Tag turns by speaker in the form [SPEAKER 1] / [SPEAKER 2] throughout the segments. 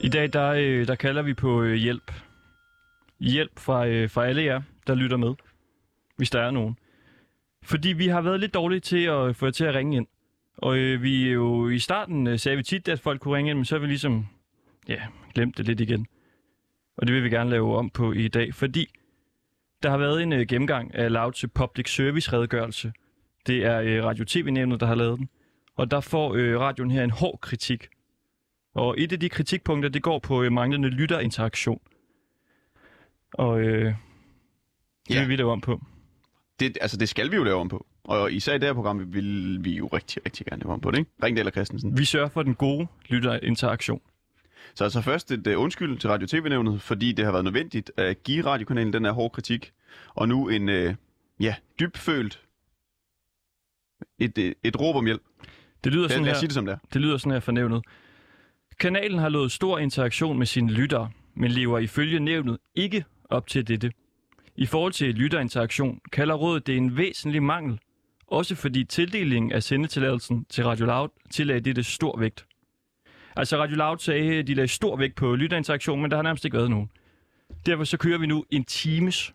[SPEAKER 1] I dag, der, øh, der kalder vi på øh, hjælp. Hjælp fra, øh, fra alle jer, der lytter med. Hvis der er nogen. Fordi vi har været lidt dårlige til at få jer til at ringe ind. Og øh, vi er jo i starten øh, sagde vi tit, at folk kunne ringe ind, men så har vi ligesom ja, glemt det lidt igen. Og det vil vi gerne lave om på i dag, fordi der har været en øh, gennemgang af Louds Public Service redegørelse. Det er øh, Radio TV-nævnet, der har lavet den. Og der får øh, radioen her en hård kritik. Og et af de kritikpunkter, det går på øh, manglende lytterinteraktion. Og øh, det
[SPEAKER 2] Ja.
[SPEAKER 1] vil vi lave om på.
[SPEAKER 2] Det, altså, det skal vi jo lave om på. Og især i det her program vil vi jo rigtig, rigtig gerne lave om på det, ikke? Ringdal og Christensen.
[SPEAKER 1] Vi sørger for den gode lytterinteraktion.
[SPEAKER 2] Så altså først et uh, undskyld til Radio TV-nævnet, fordi det har været nødvendigt at give radiokanalen den her hårde kritik. Og nu en, uh, ja, dybfølt et, et, et råb om hjælp.
[SPEAKER 1] Det lyder
[SPEAKER 2] Lad,
[SPEAKER 1] sådan
[SPEAKER 2] lad
[SPEAKER 1] her.
[SPEAKER 2] os sige det som det er.
[SPEAKER 1] Det lyder sådan her fornævnet. Kanalen har lovet stor interaktion med sine lyttere, men lever ifølge nævnet ikke op til dette. I forhold til lytterinteraktion kalder rådet det en væsentlig mangel, også fordi tildelingen af sendetilladelsen til Radio Loud tillagde dette stor vægt. Altså Radio Loud sagde, at de lagde stor vægt på lytterinteraktion, men der har nærmest ikke været nogen. Derfor så kører vi nu en times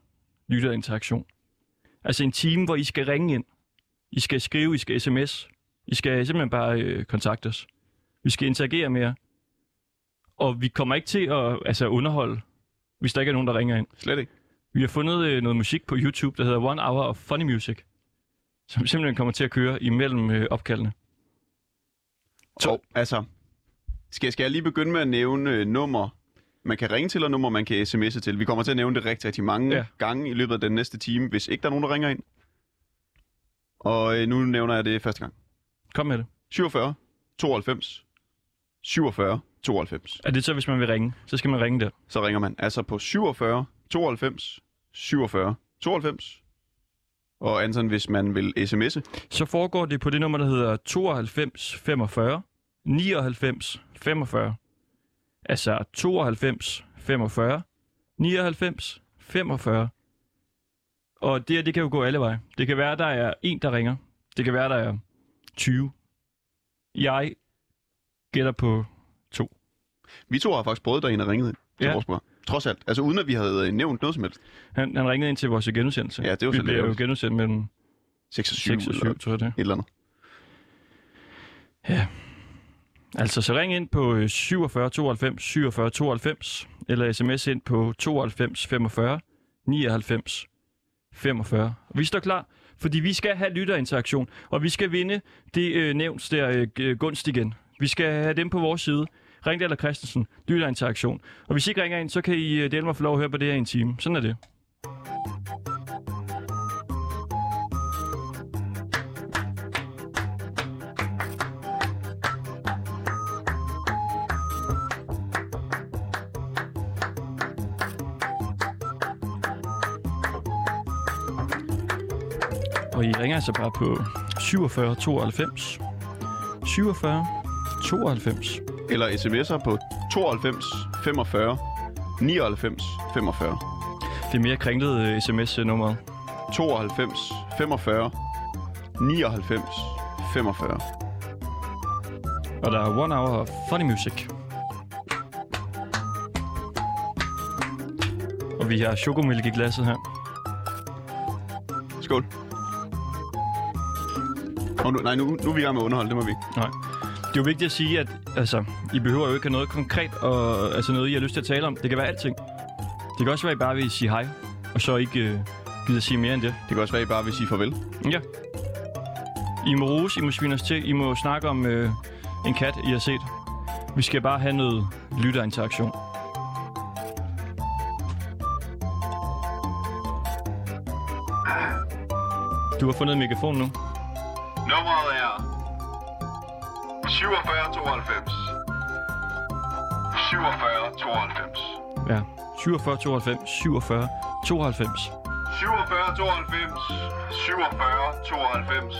[SPEAKER 1] lytterinteraktion. Altså en time, hvor I skal ringe ind. I skal skrive, I skal sms, i skal simpelthen bare øh, kontakte os. Vi skal interagere med jer. Og vi kommer ikke til at altså, underholde, hvis der ikke er nogen, der ringer ind.
[SPEAKER 2] Slet ikke.
[SPEAKER 1] Vi har fundet øh, noget musik på YouTube, der hedder One Hour of Funny Music, som simpelthen kommer til at køre imellem øh, opkaldene.
[SPEAKER 2] Så. Og, altså, skal, skal jeg lige begynde med at nævne øh, nummer, man kan ringe til, og nummer, man kan sms'e til. Vi kommer til at nævne det rigtig, rigtig mange
[SPEAKER 1] Ja.
[SPEAKER 2] ja. gange i løbet af den næste time, hvis ikke der er nogen, der ringer ind. Og øh, nu nævner jeg det første gang.
[SPEAKER 1] Kom med det.
[SPEAKER 2] 47, 92, 47, 92.
[SPEAKER 1] Er det så, hvis man vil ringe? Så skal man ringe der.
[SPEAKER 2] Så ringer man altså på 47, 92, 47, 92. Og Anton, hvis man vil sms'e,
[SPEAKER 1] Så foregår det på det nummer, der hedder 92 45 99 45. Altså 92 45 99 45. Og det her, det kan jo gå alle veje. Det kan være, der er en, der ringer. Det kan være, der er 20. Jeg gætter på to.
[SPEAKER 2] vi to har faktisk prøvet derinde og ringet ind til
[SPEAKER 1] Ja.
[SPEAKER 2] vores program. Trods alt. Altså uden at vi havde øh, nævnt noget som helst.
[SPEAKER 1] Han, han ringede ind til vores genudsendelse.
[SPEAKER 2] Ja, det er jo
[SPEAKER 1] Vi
[SPEAKER 2] så
[SPEAKER 1] bliver jo
[SPEAKER 2] lavt.
[SPEAKER 1] genudsendt mellem
[SPEAKER 2] 6 og 7,
[SPEAKER 1] 6 og 7,
[SPEAKER 2] eller et
[SPEAKER 1] tror jeg det. er.
[SPEAKER 2] eller andet.
[SPEAKER 1] Altså, så ring ind på øh, 47 92 47 92, eller sms ind på 92 45 99 45. Og Vi står klar, fordi vi skal have lytterinteraktion, og vi skal vinde det øh, nævns der øh, g- øh, gunst igen. Vi skal have dem på vores side. Ringdal og Christensen, lytterinteraktion. Og hvis I ikke ringer ind, så kan I øh, dele mig for lov at høre på det her i en time. Sådan er det. Og I ringer altså bare på 47 92 47 92.
[SPEAKER 2] Eller sms'er på 92, 45, 99, 45.
[SPEAKER 1] Det er mere kringlet øh, sms-nummeret.
[SPEAKER 2] 92, 45, 99, 45.
[SPEAKER 1] Og der er One Hour of Funny Music. Og vi har chokomælk i glasset her.
[SPEAKER 2] Skål. Og nu, nej, nu, nu er vi i gang med at underholde, det må vi. ikke.
[SPEAKER 1] Nej. Det er jo vigtigt at sige, at altså, I behøver jo ikke have noget konkret, og altså noget, I har lyst til at tale om. Det kan være alting. Det kan også være, at I bare vil sige hej, og så ikke øh, gider sige mere end det.
[SPEAKER 2] Det kan også være, at I bare vil sige farvel.
[SPEAKER 1] Ja. I må rose, I må svine os til, I må snakke om øh, en kat, I har set. Vi skal bare have noget lytterinteraktion. Du har fundet en mikrofon nu.
[SPEAKER 3] Nummeret er 4792. 4792.
[SPEAKER 1] Ja. 47 92 47 92.
[SPEAKER 3] 4792. 4792.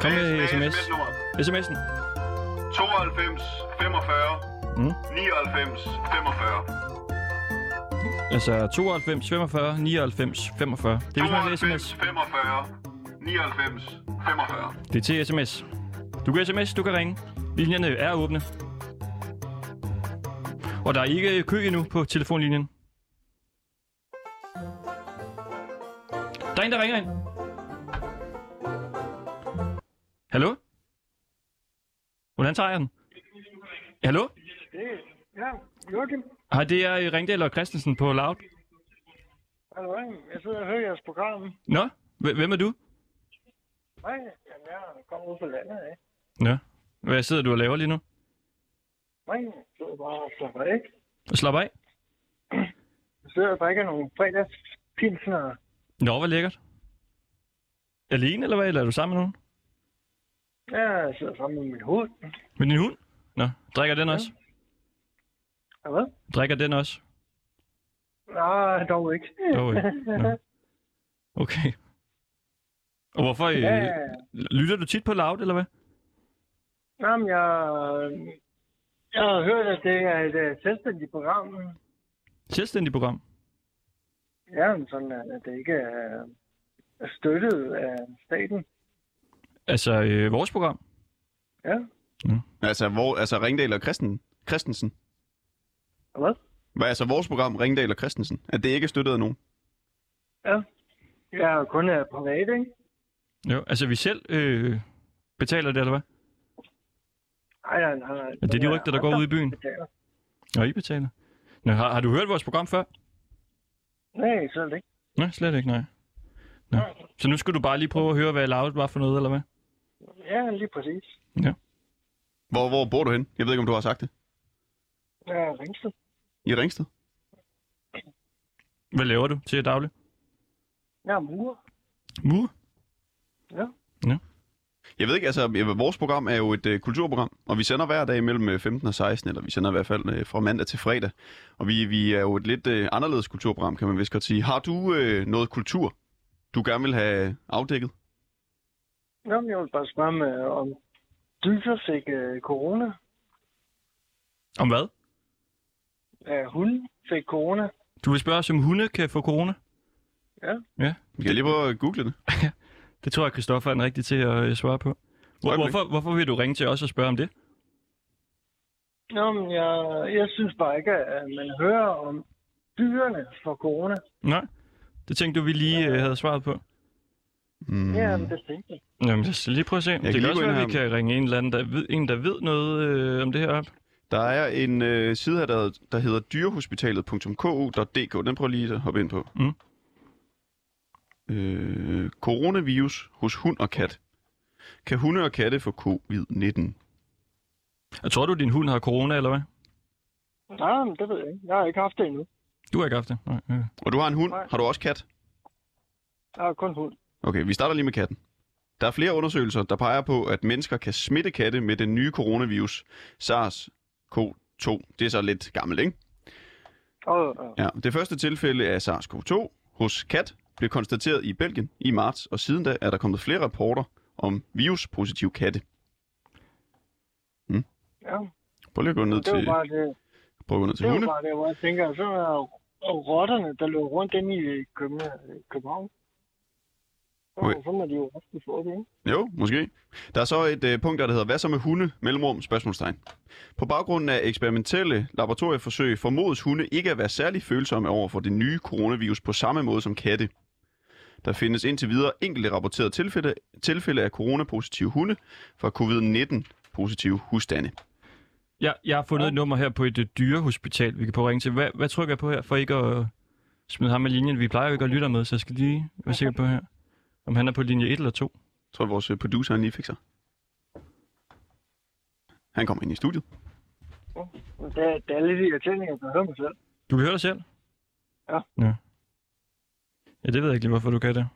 [SPEAKER 1] Kom med sms.
[SPEAKER 3] sms-nummer.
[SPEAKER 1] SMs'en.
[SPEAKER 3] 92 45
[SPEAKER 1] Mm.
[SPEAKER 3] 99 45.
[SPEAKER 1] Altså 92 45 99 45. Det er hvis man vil
[SPEAKER 3] 92
[SPEAKER 1] sms.
[SPEAKER 3] 45 99 45.
[SPEAKER 1] Det er til sms. Du kan sms, du kan ringe. Linjerne er åbne. Og der er ikke kø endnu på telefonlinjen. Der er en, der ringer ind. Hallo? Hvordan tager jeg den? Hallo?
[SPEAKER 4] Det, ja, Joachim.
[SPEAKER 1] Hej, det er øh, Ringdal og Christensen på Loud.
[SPEAKER 4] Hallo, jeg sidder og hører jeres program.
[SPEAKER 1] Nå, hv- hvem er du?
[SPEAKER 4] Nej, jamen, jeg kommer ud på landet, ikke?
[SPEAKER 1] Nå. Hvad sidder du og laver lige nu?
[SPEAKER 4] Nej, jeg sidder bare og slapper af.
[SPEAKER 1] Slap af.
[SPEAKER 4] Jeg sidder og drikker nogle fredagspilsner.
[SPEAKER 1] Nå, hvor lækkert. Alene, eller hvad? Eller er du sammen med nogen?
[SPEAKER 4] Ja, jeg sidder sammen med min hund.
[SPEAKER 1] Med din hund? Nå, drikker den også?
[SPEAKER 4] Ja, hvad?
[SPEAKER 1] Drikker den også?
[SPEAKER 4] Nej, dog ikke.
[SPEAKER 1] Dog ikke. Nå. Okay. Og hvorfor... Øh,
[SPEAKER 4] Ja, ja.
[SPEAKER 1] lytter du tit på Loud, eller hvad?
[SPEAKER 4] Jamen, jeg, jeg har hørt, at det er et øh, selvstændigt program.
[SPEAKER 1] Selvstændig program.
[SPEAKER 4] Ja, men sådan øh, at at det ikke er er støttet af staten.
[SPEAKER 1] Altså, øh, vores program.
[SPEAKER 4] Ja,
[SPEAKER 2] Altså, hvor, altså Ringdal og Christen, Christensen.
[SPEAKER 4] og hvad?
[SPEAKER 2] Hvad altså vores program, Ringdal og Christensen? At det ikke er støttet af nogen?
[SPEAKER 4] Ja. Jeg er kun øh, privat, ikke?
[SPEAKER 1] Jo, altså vi selv øh, betaler det, eller hvad?
[SPEAKER 4] Nej, nej, nej. nej.
[SPEAKER 1] Ja, det er de rygter, der går ud i byen.
[SPEAKER 4] betaler.
[SPEAKER 1] Nå, I betaler. Nå, har, har du hørt vores program før?
[SPEAKER 4] Nej, selv ikke.
[SPEAKER 1] Nej, slet ikke, nej. Nå. Så nu skulle du bare lige prøve at høre, hvad Loud var for noget, eller hvad?
[SPEAKER 4] Ja, lige præcis.
[SPEAKER 2] Hvor, hvor bor du hen? Jeg ved ikke, om du har sagt det.
[SPEAKER 4] Jeg er ringsted.
[SPEAKER 2] I Ringsted?
[SPEAKER 1] Hvad laver du til daglig?
[SPEAKER 4] Jeg er murer.
[SPEAKER 1] Mur.
[SPEAKER 4] Ja.
[SPEAKER 2] Jeg ved ikke, altså jeg- vores program er jo et øh, kulturprogram, og vi sender hver dag mellem øh, 15 og 16, eller vi sender i hvert fald øh, fra mandag til fredag. Og vi, vi er jo et lidt øh, anderledes kulturprogram, kan man vist godt sige. Har du øh, noget kultur, du gerne vil have afdækket?
[SPEAKER 4] Nå, men jeg vil bare spørge med, om dyser fik øh, corona.
[SPEAKER 1] Om hvad?
[SPEAKER 4] Ja, hun fik corona.
[SPEAKER 1] Du vil spørge os, om hunde kan få corona?
[SPEAKER 4] Ja.
[SPEAKER 1] Ja,
[SPEAKER 2] Vi kan lige prøve at google det.
[SPEAKER 1] det tror jeg, Christoffer er den rigtige til at øh, svare på. Hvor,
[SPEAKER 2] Øjeblik.
[SPEAKER 1] hvorfor, hvorfor vil du ringe til os og spørge om det?
[SPEAKER 4] Nå, men jeg, jeg synes bare ikke, at man hører om dyrene for corona.
[SPEAKER 1] Nej, det tænkte du, vi lige øh, havde svaret på.
[SPEAKER 2] Mm.
[SPEAKER 4] Mm. Ja, men det tænkte jeg.
[SPEAKER 1] Jamen, lad os lige prøve at se. Jeg det
[SPEAKER 2] kan
[SPEAKER 1] kan
[SPEAKER 2] lige
[SPEAKER 1] også
[SPEAKER 2] gå ind
[SPEAKER 1] være, at vi
[SPEAKER 2] her.
[SPEAKER 1] kan ringe en eller anden, der ved, en, der ved noget øh, om det her op.
[SPEAKER 2] Der er en øh, side her, der, der hedder dyrehospitalet.ku.dk. Den prøver lige at hoppe ind på.
[SPEAKER 1] Mm.
[SPEAKER 2] Øh, coronavirus hos hund og kat. Kan hunde og katte få covid-19?
[SPEAKER 1] Jeg tror du, din hund har corona, eller hvad?
[SPEAKER 4] Nej, men det ved jeg ikke. Jeg har ikke haft det endnu.
[SPEAKER 1] Du har ikke haft det? Nej, øh.
[SPEAKER 2] Og du har en hund.
[SPEAKER 4] Nej.
[SPEAKER 2] Har du også kat?
[SPEAKER 4] Jeg har kun hund.
[SPEAKER 2] Okay, vi starter lige med katten. Der er flere undersøgelser, der peger på, at mennesker kan smitte katte med den nye coronavirus SARS-CoV-2. Det er så lidt gammelt, ikke?
[SPEAKER 4] Og, og
[SPEAKER 2] Ja, det første tilfælde af SARS-CoV-2 hos kat blev konstateret i Belgien i marts, og siden da er der kommet flere rapporter om viruspositive katte.
[SPEAKER 4] ja,
[SPEAKER 2] Prøv lige at gå ned
[SPEAKER 4] det var
[SPEAKER 2] til,
[SPEAKER 4] bare det.
[SPEAKER 2] prøv at gå ned til
[SPEAKER 4] Det var
[SPEAKER 2] hunde.
[SPEAKER 4] bare det, hvor jeg tænker, så er og rotterne, der løber rundt inde i København. København. Så,
[SPEAKER 2] Okay.
[SPEAKER 4] så må de jo også få det, ikke?
[SPEAKER 2] Jo, måske. Der er så et øh, punkt, der hedder, hvad så med hunde? Mellemrum, spørgsmålstegn. På baggrund af eksperimentelle laboratorieforsøg formodes hunde ikke at være særlig følsomme over for det nye coronavirus på samme måde som katte. Der findes indtil videre enkelte rapporterede tilfælde, tilfælde af coronapositive hunde fra covid-19-positive husstande.
[SPEAKER 1] Jeg, jeg har fundet et nummer her på et øh, dyrehospital, vi kan prøve at ringe til. Hvad, hvad trykker jeg på her, for ikke at øh, smide ham af linjen? Vi plejer jo ikke at lytte med, så jeg skal lige være sikker på her, om han er på linje 1 eller 2.
[SPEAKER 2] Jeg tror, vores øh, producer han lige fik sig. Han kommer ind i studiet.
[SPEAKER 4] Men Det, det er lidt irriterende, at jeg kan høre mig selv.
[SPEAKER 1] Du kan høre dig selv?
[SPEAKER 4] Ja.
[SPEAKER 1] Ja, ja det ved jeg ikke lige, hvorfor du kan det.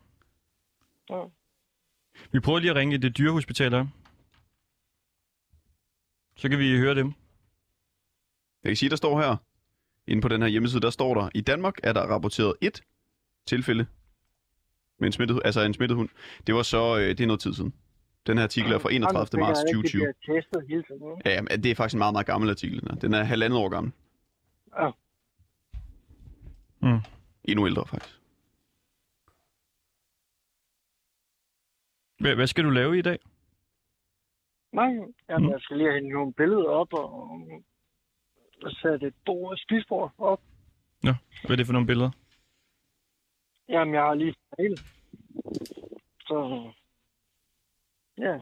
[SPEAKER 4] Ja.
[SPEAKER 1] Vi prøver lige at ringe i det dyrehospital her. Så kan vi høre dem.
[SPEAKER 2] Jeg kan sige, der står her, inde på den her hjemmeside, der står der, i Danmark er der rapporteret ét tilfælde med en smittet, altså en smittet hund. Det var så, øh, det er noget tid siden. Den her artikel er fra 31. marts
[SPEAKER 4] Jeg tænker, at
[SPEAKER 2] 2020.
[SPEAKER 4] De bliver testet hele tiden. ikke?
[SPEAKER 2] Ja, jamen, det er faktisk en meget, meget gammel artikel. Den er, den er halvandet år gammel.
[SPEAKER 4] Ja.
[SPEAKER 1] Mm.
[SPEAKER 2] Endnu ældre, faktisk.
[SPEAKER 1] Hvad, hvad skal du lave i dag?
[SPEAKER 2] Mm.
[SPEAKER 4] Nej, jamen, jeg skal lige have nogle billeder op og sat et bord, spisbord op.
[SPEAKER 1] Nå, hvad er det for nogle billeder?
[SPEAKER 4] Jamen, jeg har lige hele. Så ja,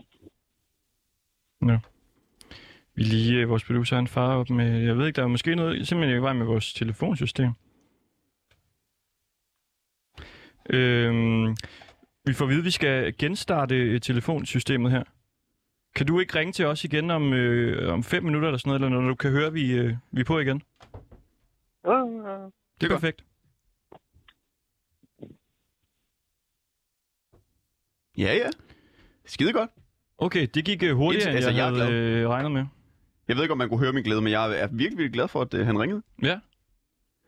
[SPEAKER 1] Vi er lige, øh, vores producer, han farer op med, jeg ved ikke, der er måske noget, simpelthen i vej med vores telefonsystem. Øhm, vi får at vide, at vi skal genstarte øh, telefonsystemet her. Kan du ikke ringe til os igen om, øh, om fem minutter eller sådan noget, eller når du kan høre, at vi, øh, vi er på igen? Det
[SPEAKER 4] ja, ja.
[SPEAKER 1] er, det er perfekt.
[SPEAKER 2] Ja, ja. Skide godt.
[SPEAKER 1] Okay, det gik øh, hurtigere, end
[SPEAKER 2] Altså,
[SPEAKER 1] jeg,
[SPEAKER 2] jeg er
[SPEAKER 1] havde øh, regnet med.
[SPEAKER 2] Jeg ved ikke, om man kunne høre min glæde, men jeg er virkelig, virkelig glad for, at øh, han ringede.
[SPEAKER 1] Ja.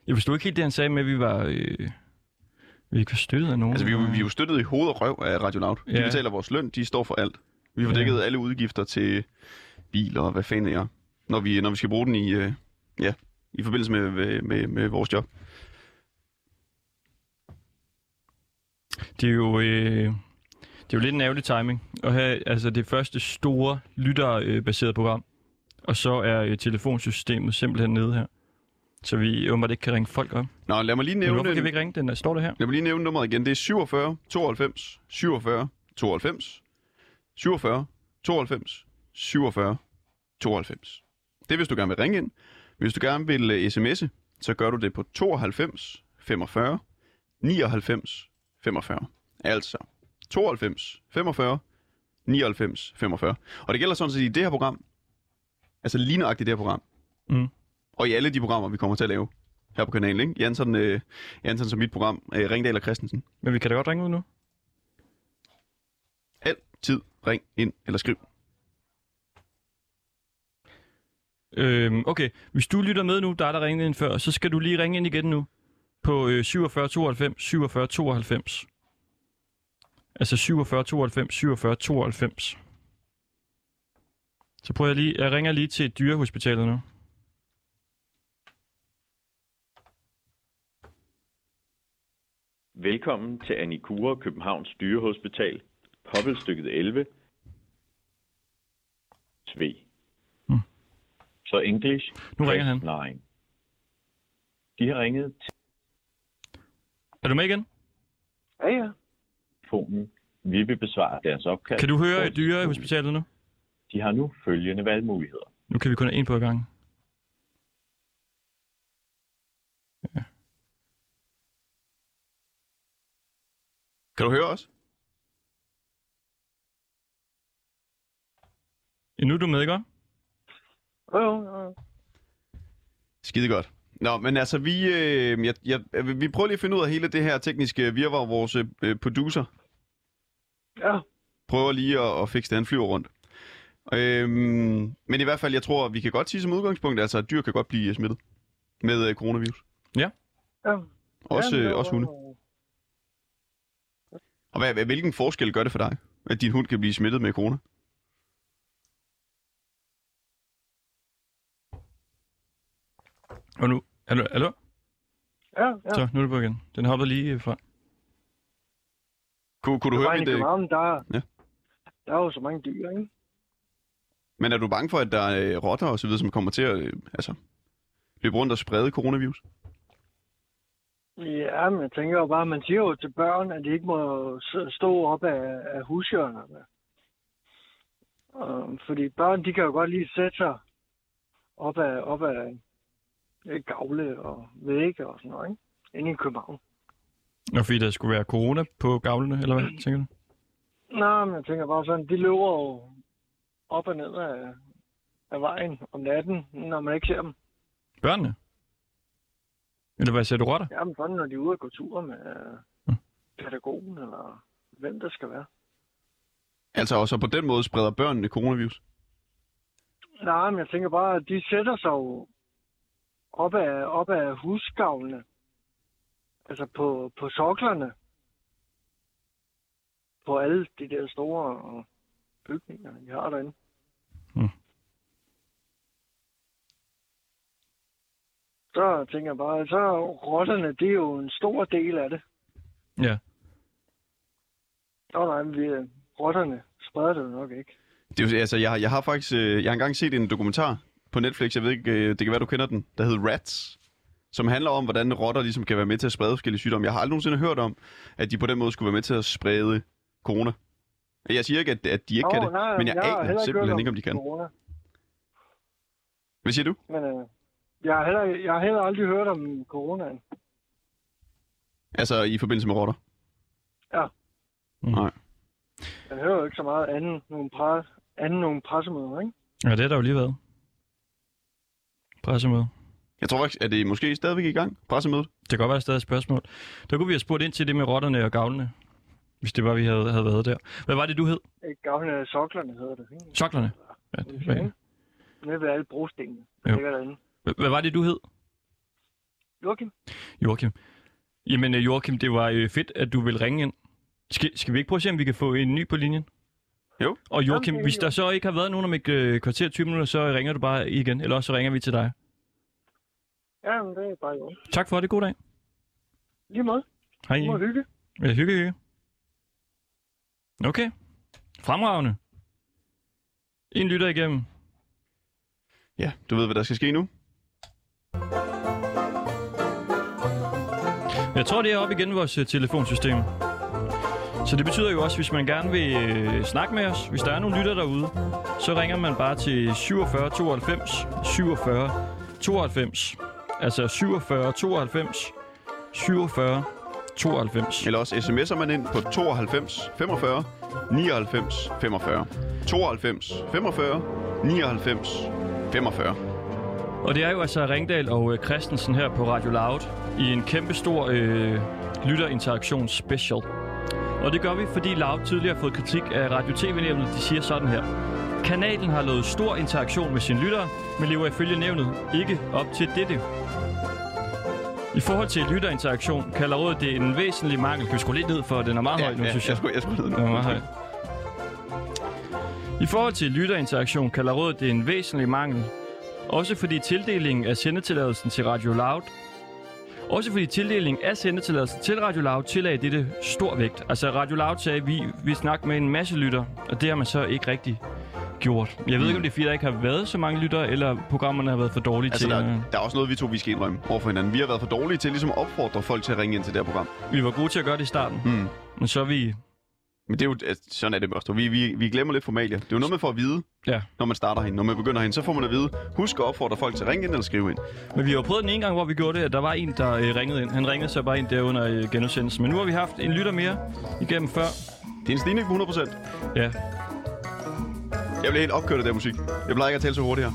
[SPEAKER 1] Jeg forstod ikke helt det, han sagde med, at vi var... Øh, vi ikke var støttet af nogen.
[SPEAKER 2] Altså, vi, er jo-
[SPEAKER 1] eller-
[SPEAKER 2] vi er jo støttet i hoved og røv af Radio Loud. De
[SPEAKER 1] Mm. Ja.
[SPEAKER 2] betaler vores løn, de står for alt. Vi får
[SPEAKER 1] Ja.
[SPEAKER 2] dækket alle udgifter til biler og hvad fanden er, når vi, når vi skal bruge den i, øh, ja, i forbindelse med, med, med, med vores job.
[SPEAKER 1] Det er jo, øh, det er jo lidt en ærgerlig timing at have altså, det første store lytterbaserede program, og så er øh, telefonsystemet simpelthen nede her. Så vi åbenbart ikke kan ringe folk op.
[SPEAKER 2] Nå, lad mig lige
[SPEAKER 1] Men hvorfor
[SPEAKER 2] nævne,
[SPEAKER 1] kan vi ikke ringe den? der? Står det her?
[SPEAKER 2] lad mig lige nævne nummeret igen. Det er 47 92 47 92 47 92 47 92. Det er, hvis du gerne vil ringe ind. Hvis du gerne vil øh, sms'e, så gør du det på 92 45 99 45. Altså 92 45 99 45. Og det gælder sådan set i det her program. Altså lige nøjagtigt i det her program.
[SPEAKER 1] Mm.
[SPEAKER 2] Og i alle de programmer, vi kommer til at lave her på kanalen, ikke? Jansson, øh, Jansson som mit program, øh, Ringdal og Christensen.
[SPEAKER 1] Men vi kan da godt ringe ud nu.
[SPEAKER 2] Altid ring ind eller skriv.
[SPEAKER 1] Øhm, okay, hvis du lytter med nu, der er der ringet ind før, så skal du lige ringe ind igen nu på øh, 47 92 47 92. Altså 47 92 47 92. Så prøver jeg lige, jeg ringer lige til dyrehospitalet nu.
[SPEAKER 5] Velkommen til Anikura Københavns Dyrehospital, Poppelstykket 11, SV.
[SPEAKER 1] Hmm.
[SPEAKER 5] Så English.
[SPEAKER 1] Nu
[SPEAKER 5] press
[SPEAKER 1] ringer han.
[SPEAKER 5] 9. De har ringet til
[SPEAKER 1] Er du med igen?
[SPEAKER 4] ja, ja.
[SPEAKER 5] telefonen. Vi vil besvare deres opkald.
[SPEAKER 1] Kan du høre øh, dyrehospitalet nu?
[SPEAKER 5] De har nu følgende valgmuligheder.
[SPEAKER 1] Nu kan vi kun have en på ad gangen.
[SPEAKER 2] Kan du høre os?
[SPEAKER 1] Ja, Nu er du med, ikke?
[SPEAKER 4] Jo, jo, jo.
[SPEAKER 2] Skide godt. Nå, men altså, vi, øh, jeg, jeg, vi prøver lige at finde ud af hele det her tekniske virvar, vores øh, producer
[SPEAKER 4] ja.
[SPEAKER 2] prøver lige at, at fikse det, han flyver rundt. Øhm, men i hvert fald, jeg tror, vi kan godt sige som udgangspunkt, altså, at dyr kan godt blive øh, smittet med øh, coronavirus.
[SPEAKER 4] ja.
[SPEAKER 2] Også,
[SPEAKER 4] ja,
[SPEAKER 2] øh,
[SPEAKER 4] jo,
[SPEAKER 2] også hunde.
[SPEAKER 4] jo.
[SPEAKER 2] Og hvad, hvad- hvilken forskel gør det for dig, at din hund kan blive smittet med corona?
[SPEAKER 1] Og nu, hallo, hallo?
[SPEAKER 4] Ja, ja.
[SPEAKER 1] Så, nu er du på igen. Den hoppede lige øh, fra.
[SPEAKER 2] Kunne, kunne du
[SPEAKER 4] Det var
[SPEAKER 2] høre
[SPEAKER 4] i
[SPEAKER 2] mit... Øh,
[SPEAKER 4] København, der,
[SPEAKER 2] Ja.
[SPEAKER 4] ja. der er jo så mange dyr, ikke?
[SPEAKER 2] men er du bange for, at der er øh, rotter og så videre, som kommer til at øh, altså, løbe rundt og sprede coronavirus?
[SPEAKER 4] Ja, men jeg tænker jo bare, man siger jo til børn, at de ikke må s- stå op af, af hushjørnerne. Um, fordi børn, de kan jo godt lige sætte sig op af, op af øh, gavle og vægge og sådan noget, ikke? Inde i København.
[SPEAKER 1] Nå, fordi der skulle være corona på gavlene, eller hvad tænker du?
[SPEAKER 4] Nå, men jeg tænker bare sådan, de løber jo op og ned af, af vejen om natten, når man ikke ser dem.
[SPEAKER 1] Børnene? Eller hvad sagde du, rotter?
[SPEAKER 4] Jamen sådan, når de er ude og gå tur med øh, pædagogen eller hvem der skal være.
[SPEAKER 2] Altså, og så på den måde spreder børnene coronavirus?
[SPEAKER 4] Nej, men jeg tænker bare, at de sætter sig jo op af, op af husgavlene. Altså på, på soklerne. På alle de der store øh, bygninger, de har derinde.
[SPEAKER 1] Mm.
[SPEAKER 4] Så tænker jeg bare, så er rotterne, det er jo en stor del af det.
[SPEAKER 1] Ja.
[SPEAKER 4] Nå nej, men vi, rotterne spreder det jo nok ikke.
[SPEAKER 2] Det er, jo- altså, jeg, har- jeg har faktisk øh, jeg har engang set en dokumentar på Netflix, jeg ved ikke, øh, det kan være, du kender den, der hedder Rats, som handler om, hvordan rotter ligesom kan være med til at sprede forskellige sygdomme. Jeg har aldrig nogensinde hørt om, at de på den måde skulle være med til at sprede corona. Jeg siger ikke, at, at de ikke
[SPEAKER 4] Nå,
[SPEAKER 2] kan det,
[SPEAKER 4] nej,
[SPEAKER 2] men jeg,
[SPEAKER 4] jeg har
[SPEAKER 2] aner
[SPEAKER 4] heller ikke hørt
[SPEAKER 2] simpelthen
[SPEAKER 4] om
[SPEAKER 2] ikke, om de kan.
[SPEAKER 4] corona.
[SPEAKER 2] Hvad siger du?
[SPEAKER 4] Men øh, jeg, har heller, jeg har heller aldrig hørt om coronaen.
[SPEAKER 2] Altså i forbindelse med rotter?
[SPEAKER 4] Ja.
[SPEAKER 1] Mm.
[SPEAKER 2] Nej.
[SPEAKER 4] Jeg hører jo ikke så meget andet nogle, pres, andet nogle pressemøder, ikke?
[SPEAKER 1] Ja, det er der jo lige været. Pressemøde.
[SPEAKER 2] Jeg tror faktisk, at det er måske stadigvæk i gang, pressemødet.
[SPEAKER 1] Det kan godt være, der er stadig et spørgsmål. Der kunne vi have spurgt ind til det med rotterne og gavlene, hvis det var, vi havde, havde været der. Hvad var det, du hed?
[SPEAKER 4] Ikke gavlen af soklerne hedder det, ikke?
[SPEAKER 1] Soklerne? Ja, det var jeg.
[SPEAKER 4] Nede ved alle brostenene.
[SPEAKER 1] Jo.
[SPEAKER 4] Jo. Ligger derinde.
[SPEAKER 1] Hva- Hvad var det, du hed,
[SPEAKER 4] Joachim?
[SPEAKER 1] Joachim? Jamen, øh, Joachim, det var øh, fedt, at du ville ringe ind. Skal, skal vi ikke prøve at se, om vi kan få en ny på linjen?
[SPEAKER 2] Jo.
[SPEAKER 1] Og Joachim,
[SPEAKER 4] Jamen, det er
[SPEAKER 1] hvis
[SPEAKER 4] jo-
[SPEAKER 1] der så ikke har været nogen om et øh, kvarter 20 minutter, så ringer du bare igen, eller også så ringer vi til dig.
[SPEAKER 4] Ja, men det er bare jo.
[SPEAKER 1] Tak for det. God dag.
[SPEAKER 4] Lige måde.
[SPEAKER 1] Hej.
[SPEAKER 4] Du må hygge.
[SPEAKER 1] Ja, hygge, hygge. Okay. Fremragende. En lytter igennem.
[SPEAKER 2] Ja, du ved, hvad der skal ske nu.
[SPEAKER 1] Jeg tror, det er op igen vores øh, telefonsystem. Så det betyder jo også, hvis man gerne vil øh, snakke med os, hvis der er nogle lytter derude, så ringer man bare til 47 92 47 92. Altså 47 92 47 92.
[SPEAKER 2] Eller også sms'er man ind på 92 45 99 45. 92 45 99 45.
[SPEAKER 1] Og det er jo altså Ringdal og øh, Christensen her på Radio Loud i en kæmpe stor øh, lytterinteraktions special. Og det gør vi, fordi Loud tidligere har fået kritik af Radio TV nævnet. De siger sådan her. Kanalen har lavet stor interaktion med sine lyttere, men lever ifølge nævnet ikke op til dette. I forhold til lytterinteraktion kalder rådet det en væsentlig mangel. Kan vi skrue lidt ned, for den er meget høj nu, synes
[SPEAKER 2] jeg. skulle- Jeg skulle ned nu.
[SPEAKER 1] den var meget høj. I forhold til lytterinteraktion kalder rådet det en væsentlig mangel. Også fordi tildelingen af sendetilladelsen til Radio Loud også fordi tildelingen af sendetilladelsen til Radio Loud tillagde dette stor vægt. Altså Radio Loud sagde, at vi vi snakke med en masse lytter, og det har man så ikke rigtig gjort. Jeg ved ikke, om det er fordi, der ikke har været så mange lytter, eller programmerne har været for dårlige
[SPEAKER 2] Altså,
[SPEAKER 1] til.
[SPEAKER 2] der,
[SPEAKER 1] øh,
[SPEAKER 2] er- der er også noget, vi to vi skal indrømme over for hinanden. Vi har været for dårlige til ligesom at opfordre folk til at ringe ind til det her program.
[SPEAKER 1] Vi var gode til at gøre det i starten,
[SPEAKER 2] Mm.
[SPEAKER 1] men så er vi...
[SPEAKER 2] Men det er jo, altså, sådan er det også. Vi, vi, vi glemmer lidt formalier. Det er jo noget, man får at vide,
[SPEAKER 1] Ja.
[SPEAKER 2] når man starter herinde. Når man begynder herinde, så får man at vide, husk at opfordre folk til at ringe ind eller skrive ind.
[SPEAKER 1] Men vi har jo prøvet den ene gang, hvor vi gjorde det, at der var en, der øh, ringede ind. Han ringede så bare ind der under øh, genudsendelsen. Men nu har vi haft en lytter mere igennem før.
[SPEAKER 2] Det er en stigning på 100%.
[SPEAKER 1] Ja,
[SPEAKER 2] Jeg bliver helt opkørt af den musik. Jeg plejer ikke at tale så hurtigt her.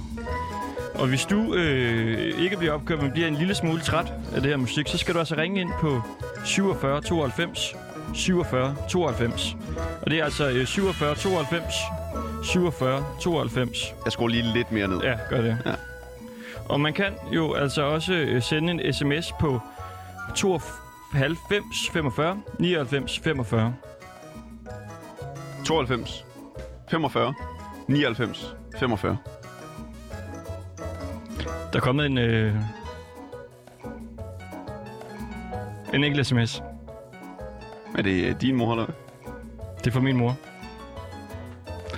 [SPEAKER 1] Og hvis du øh, ikke bliver opkørt, men bliver en lille smule træt af det her musik, så skal du altså ringe ind på 47 92 47 92. Og det er altså øh, 47 92 47 92.
[SPEAKER 2] Jeg skruer lige lidt mere ned.
[SPEAKER 1] Ja, gør det.
[SPEAKER 2] Ja.
[SPEAKER 1] Og man kan jo altså også øh, sende en sms på 92 45 99 45.
[SPEAKER 2] 92, 45, 99, 45.
[SPEAKER 1] Der er kommet en... Øh, en enkelt sms.
[SPEAKER 2] Er det øh, din mor, eller hvad?
[SPEAKER 1] Det er fra min mor.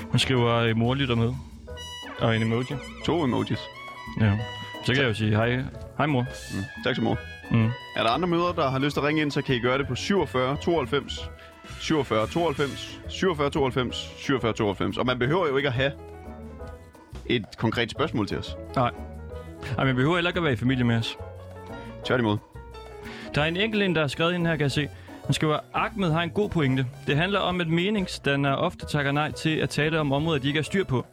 [SPEAKER 1] Hun skriver, øh, mor lytter med. Og en emoji.
[SPEAKER 2] To emojis.
[SPEAKER 1] Ja. Så kan jeg jo sige, hej, hej mor.
[SPEAKER 2] Tak til mor.
[SPEAKER 1] Mm.
[SPEAKER 2] Er der andre møder, der har lyst til at ringe ind, så kan I gøre det på 47, 92, 47, 92, 47, 92, 47, 92. Og man behøver jo ikke at have et konkret spørgsmål til os.
[SPEAKER 1] Nej. Ej, men behøver heller ikke at være i familie med os.
[SPEAKER 2] Tværtimod.
[SPEAKER 1] Der er en enkelt en, der har skrevet ind her, kan jeg se. Han skriver, Ahmed har en god pointe. Det handler om, at meningsdannere ofte takker nej til at tale om områder, de ikke har styr på.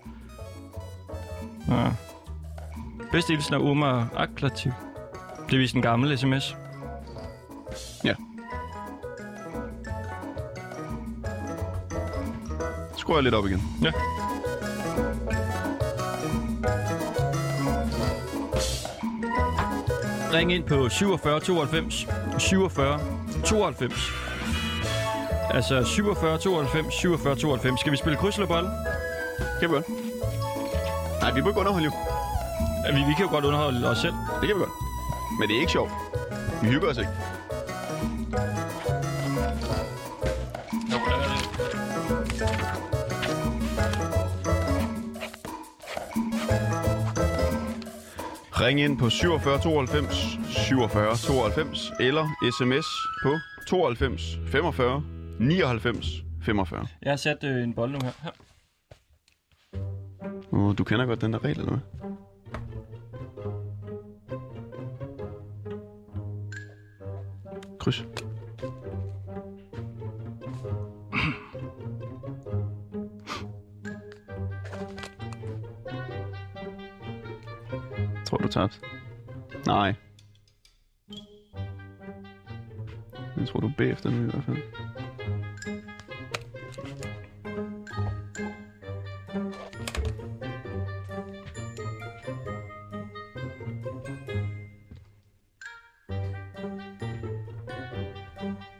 [SPEAKER 1] Ja. Bedste hilsen er Omar Aklativ. Det er vist en gammel sms.
[SPEAKER 2] Skruer jeg lidt op igen.
[SPEAKER 1] Ja. Ring ind på 47 92 47 92. Altså 47 92 47 92. Skal vi spille kryds eller bold?
[SPEAKER 2] Kan vi godt. Nej, vi må ikke underholde jo.
[SPEAKER 1] Ja, Vi, vi kan jo godt underholde os selv.
[SPEAKER 2] Det kan vi godt. Men det er ikke sjovt. Vi hygger os ikke. Ring ind på 47 92 47 92 eller sms på 92 45 99 45.
[SPEAKER 1] Jeg har sat øh, en bold nu her. her.
[SPEAKER 2] Uh, du kender godt den der regel, eller hvad? Kryds. Tror du tabte? Nej. Jeg tror du B efter nu i hvert fald.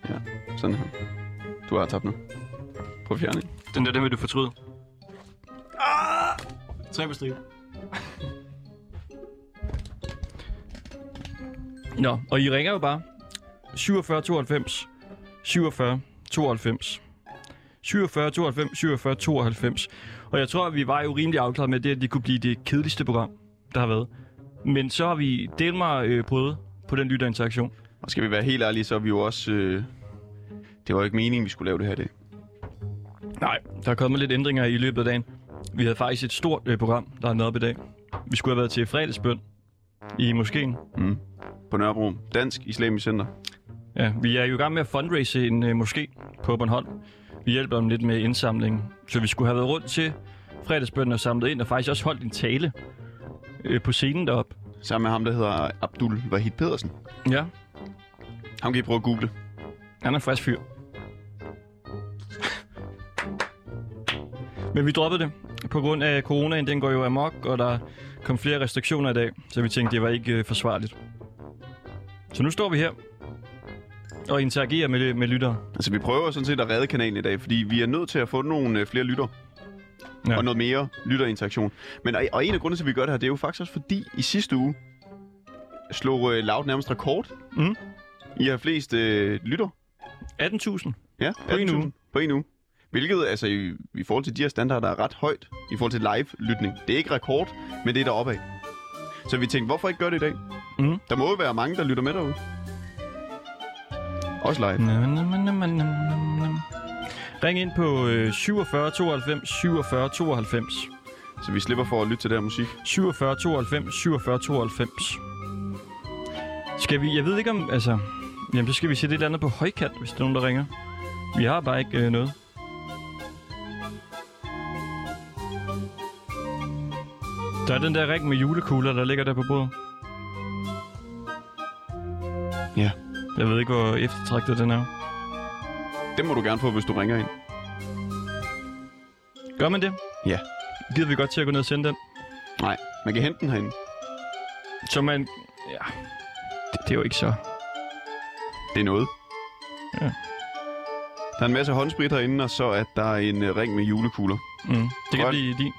[SPEAKER 2] Ja, sådan her. Du har tabt nu. Prøv at fjerne.
[SPEAKER 1] Den der, den vil du fortryde.
[SPEAKER 6] Ah! Tre på stribe.
[SPEAKER 1] Nå, og I ringer jo bare. 47 92 47 92 47 92 47 92. Og jeg tror, at vi var jo rimelig afklaret med det, at det kunne blive det kedeligste program, der har været. Men så har vi delt mig øh, prøvet på den lytterinteraktion.
[SPEAKER 2] Og skal vi være helt ærlige, så er vi jo også... Øh... Det var jo ikke meningen, vi skulle lave det her i dag.
[SPEAKER 1] Nej, der er kommet lidt ændringer i løbet af dagen. Vi havde faktisk et stort øh, program, der er nået op i dag. Vi skulle have været til fredagsbøn i moskeen.
[SPEAKER 2] På Nørrebro. Dansk Islamisk Center.
[SPEAKER 1] Ja, vi er jo i gang med at fundraise en øh, moské på Bornholm. Vi hjælper dem lidt med indsamling. Så vi skulle have været rundt til fredagsbønden og samlet ind, og faktisk også holdt en tale øh, på scenen deroppe.
[SPEAKER 2] Sammen med ham, der hedder Abdul Wahid Pedersen.
[SPEAKER 1] Ja,
[SPEAKER 2] Ham kan I prøve at google.
[SPEAKER 1] han er en frisk fyr. Men vi droppede det på grund af coronaen. Den går jo amok, og der kom flere restriktioner i dag, så vi tænkte, det var ikke øh, forsvarligt. Så nu står vi her og interagerer med, med lyttere.
[SPEAKER 2] Altså, vi prøver sådan set at redde kanalen i dag, fordi vi er nødt til at få nogle øh, flere lytter.
[SPEAKER 1] Ja.
[SPEAKER 2] Ja. Og noget mere lytterinteraktion. Men og, og en af grundene til, at vi gør det her, det er jo faktisk også fordi, i sidste uge slog øh, Loud nærmest rekord.
[SPEAKER 1] Mhm.
[SPEAKER 2] I har flest øh, lytter.
[SPEAKER 1] 18.000.
[SPEAKER 2] Ja,
[SPEAKER 1] På en
[SPEAKER 2] 18.000.
[SPEAKER 1] uge.
[SPEAKER 2] På en uge. Hvilket altså i, i forhold til de her standarder er ret højt i forhold til live-lytning. Det er ikke rekord, men det er deroppe af. Så vi tænkte, hvorfor ikke gøre det i dag?
[SPEAKER 1] Mhm.
[SPEAKER 2] Der må jo være mange, der lytter med derude. Også live.
[SPEAKER 1] Nam, nam, nam, nam, nam, nam, nam. Ring ind på øh, 47 92 47 92.
[SPEAKER 2] Så vi slipper for at lytte til det her musik.
[SPEAKER 1] 47 92 47 92. Skal vi... Jeg ved ikke om... Altså... Jamen, så skal vi sætte et eller andet på højkant, hvis der er nogen, der ringer. Vi har bare ikke øh, noget. Der er den der ring med julekugler, der ligger der på bordet.
[SPEAKER 2] Ja.
[SPEAKER 1] Jeg ved ikke, hvor eftertragtet den er.
[SPEAKER 2] Det må du gerne få, hvis du ringer ind.
[SPEAKER 1] Gør man det?
[SPEAKER 2] Ja.
[SPEAKER 1] Gider vi godt til at gå ned og sende den?
[SPEAKER 2] Nej, man kan hente den herinde.
[SPEAKER 1] Så man... Ja. Det, det er jo ikke så...
[SPEAKER 2] Det er noget.
[SPEAKER 1] Ja.
[SPEAKER 2] Der er en masse håndsprit herinde, og så er der en øh, ring med julekugler.
[SPEAKER 1] Mm. Det kan
[SPEAKER 2] Grøn.
[SPEAKER 1] blive din.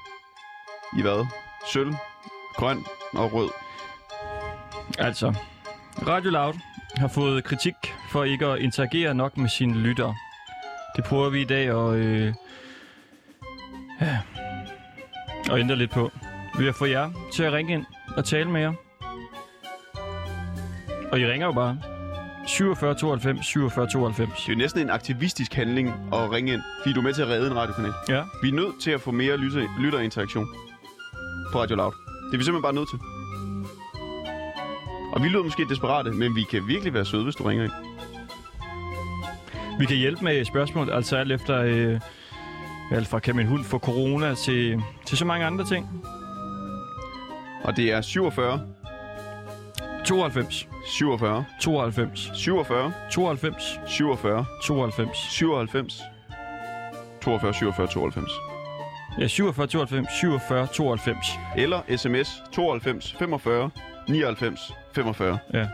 [SPEAKER 2] I hvad? Sølv, grøn og rød.
[SPEAKER 1] Altså, Radio Loud har fået kritik for ikke at interagere nok med sine lyttere. Det prøver vi i dag at, øh, ja, at ændre lidt på. Vi har fået jer til at ringe ind og tale med jer. Og I ringer jo bare. 47 92 47 92.
[SPEAKER 2] Det er jo næsten en aktivistisk handling at ringe ind, fordi du er med til at redde en radiokanal.
[SPEAKER 1] Ja.
[SPEAKER 2] Vi er nødt til at få mere lytte- lytterinteraktion på Radio Loud. Det er vi simpelthen bare nødt til. Og vi lyder måske desperate, men vi kan virkelig være søde, hvis du ringer ind.
[SPEAKER 1] Vi kan hjælpe med spørgsmål, altså alt efter, øh, alt fra kan min hund få corona til, til så mange andre ting.
[SPEAKER 2] Og det er 47
[SPEAKER 1] 92,
[SPEAKER 2] 47
[SPEAKER 1] 92,
[SPEAKER 2] 47
[SPEAKER 1] 92,
[SPEAKER 2] 47
[SPEAKER 1] 92.
[SPEAKER 2] 97 42 47 92.
[SPEAKER 1] Ja, 47, 92, 47, 92.
[SPEAKER 2] Eller sms 92 45 99 45.
[SPEAKER 1] Ja.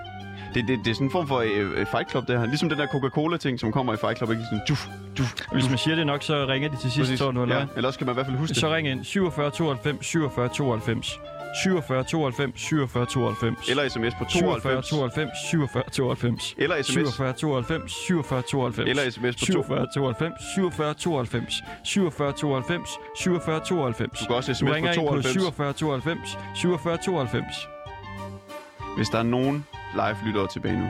[SPEAKER 2] Det, det, det er sådan en form for øh, øh, Fight Club, det her. Ligesom den der Coca-Cola-ting, som kommer i Fight Club. Ikke? Sådan, duf, duf,
[SPEAKER 1] Hvis man siger det nok, så ringer de til sidst, tror du, eller
[SPEAKER 2] ja.
[SPEAKER 1] hvad?
[SPEAKER 2] Ellers kan man i hvert fald huske det.
[SPEAKER 1] Så ring ind 47, 92, 47, 92. 47, 92, 47, 92.
[SPEAKER 2] Eller sms på
[SPEAKER 1] 47,
[SPEAKER 2] 92.
[SPEAKER 1] 92, 47, 92.
[SPEAKER 2] Eller sms.
[SPEAKER 1] 47, 92, 47, 92.
[SPEAKER 2] Eller sms på 2.
[SPEAKER 1] 47, 92, 47, 92. 47, 92, 47, 92.
[SPEAKER 2] Du kan også
[SPEAKER 1] Du
[SPEAKER 2] sms på
[SPEAKER 1] ringer ind på
[SPEAKER 2] 92.
[SPEAKER 1] 47, 92, 47, 92.
[SPEAKER 2] Hvis der er nogen live-lyttere tilbage nu,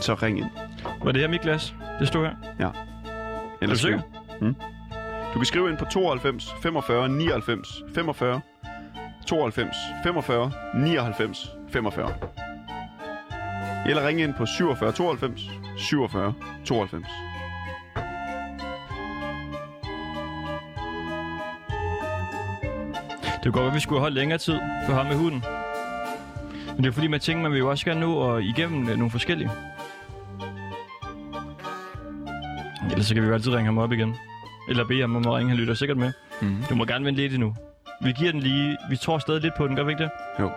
[SPEAKER 2] så ring ind.
[SPEAKER 1] Var det her Miklas? Det stod her.
[SPEAKER 2] Eller
[SPEAKER 1] Er du
[SPEAKER 2] skriv.
[SPEAKER 1] sikker?
[SPEAKER 2] Mm. Du kan skrive ind på 92 45 99 45 92 45 99 45. Eller ringe ind på 47 92 47 92.
[SPEAKER 1] Det går godt, at vi skulle have holdt længere tid for ham med hunden. Men det er fordi, man tænker, man vil jo også gerne nå at igennem øh, nogle forskellige. Ellers så kan vi jo altid ringe ham op igen. Eller bede ham om at ringe, han lytter sikkert med.
[SPEAKER 2] Mhm.
[SPEAKER 1] Du må gerne vente lidt endnu. Vi giver den lige... Vi tror stadig lidt på den, gør vi ikke det?
[SPEAKER 2] Jo.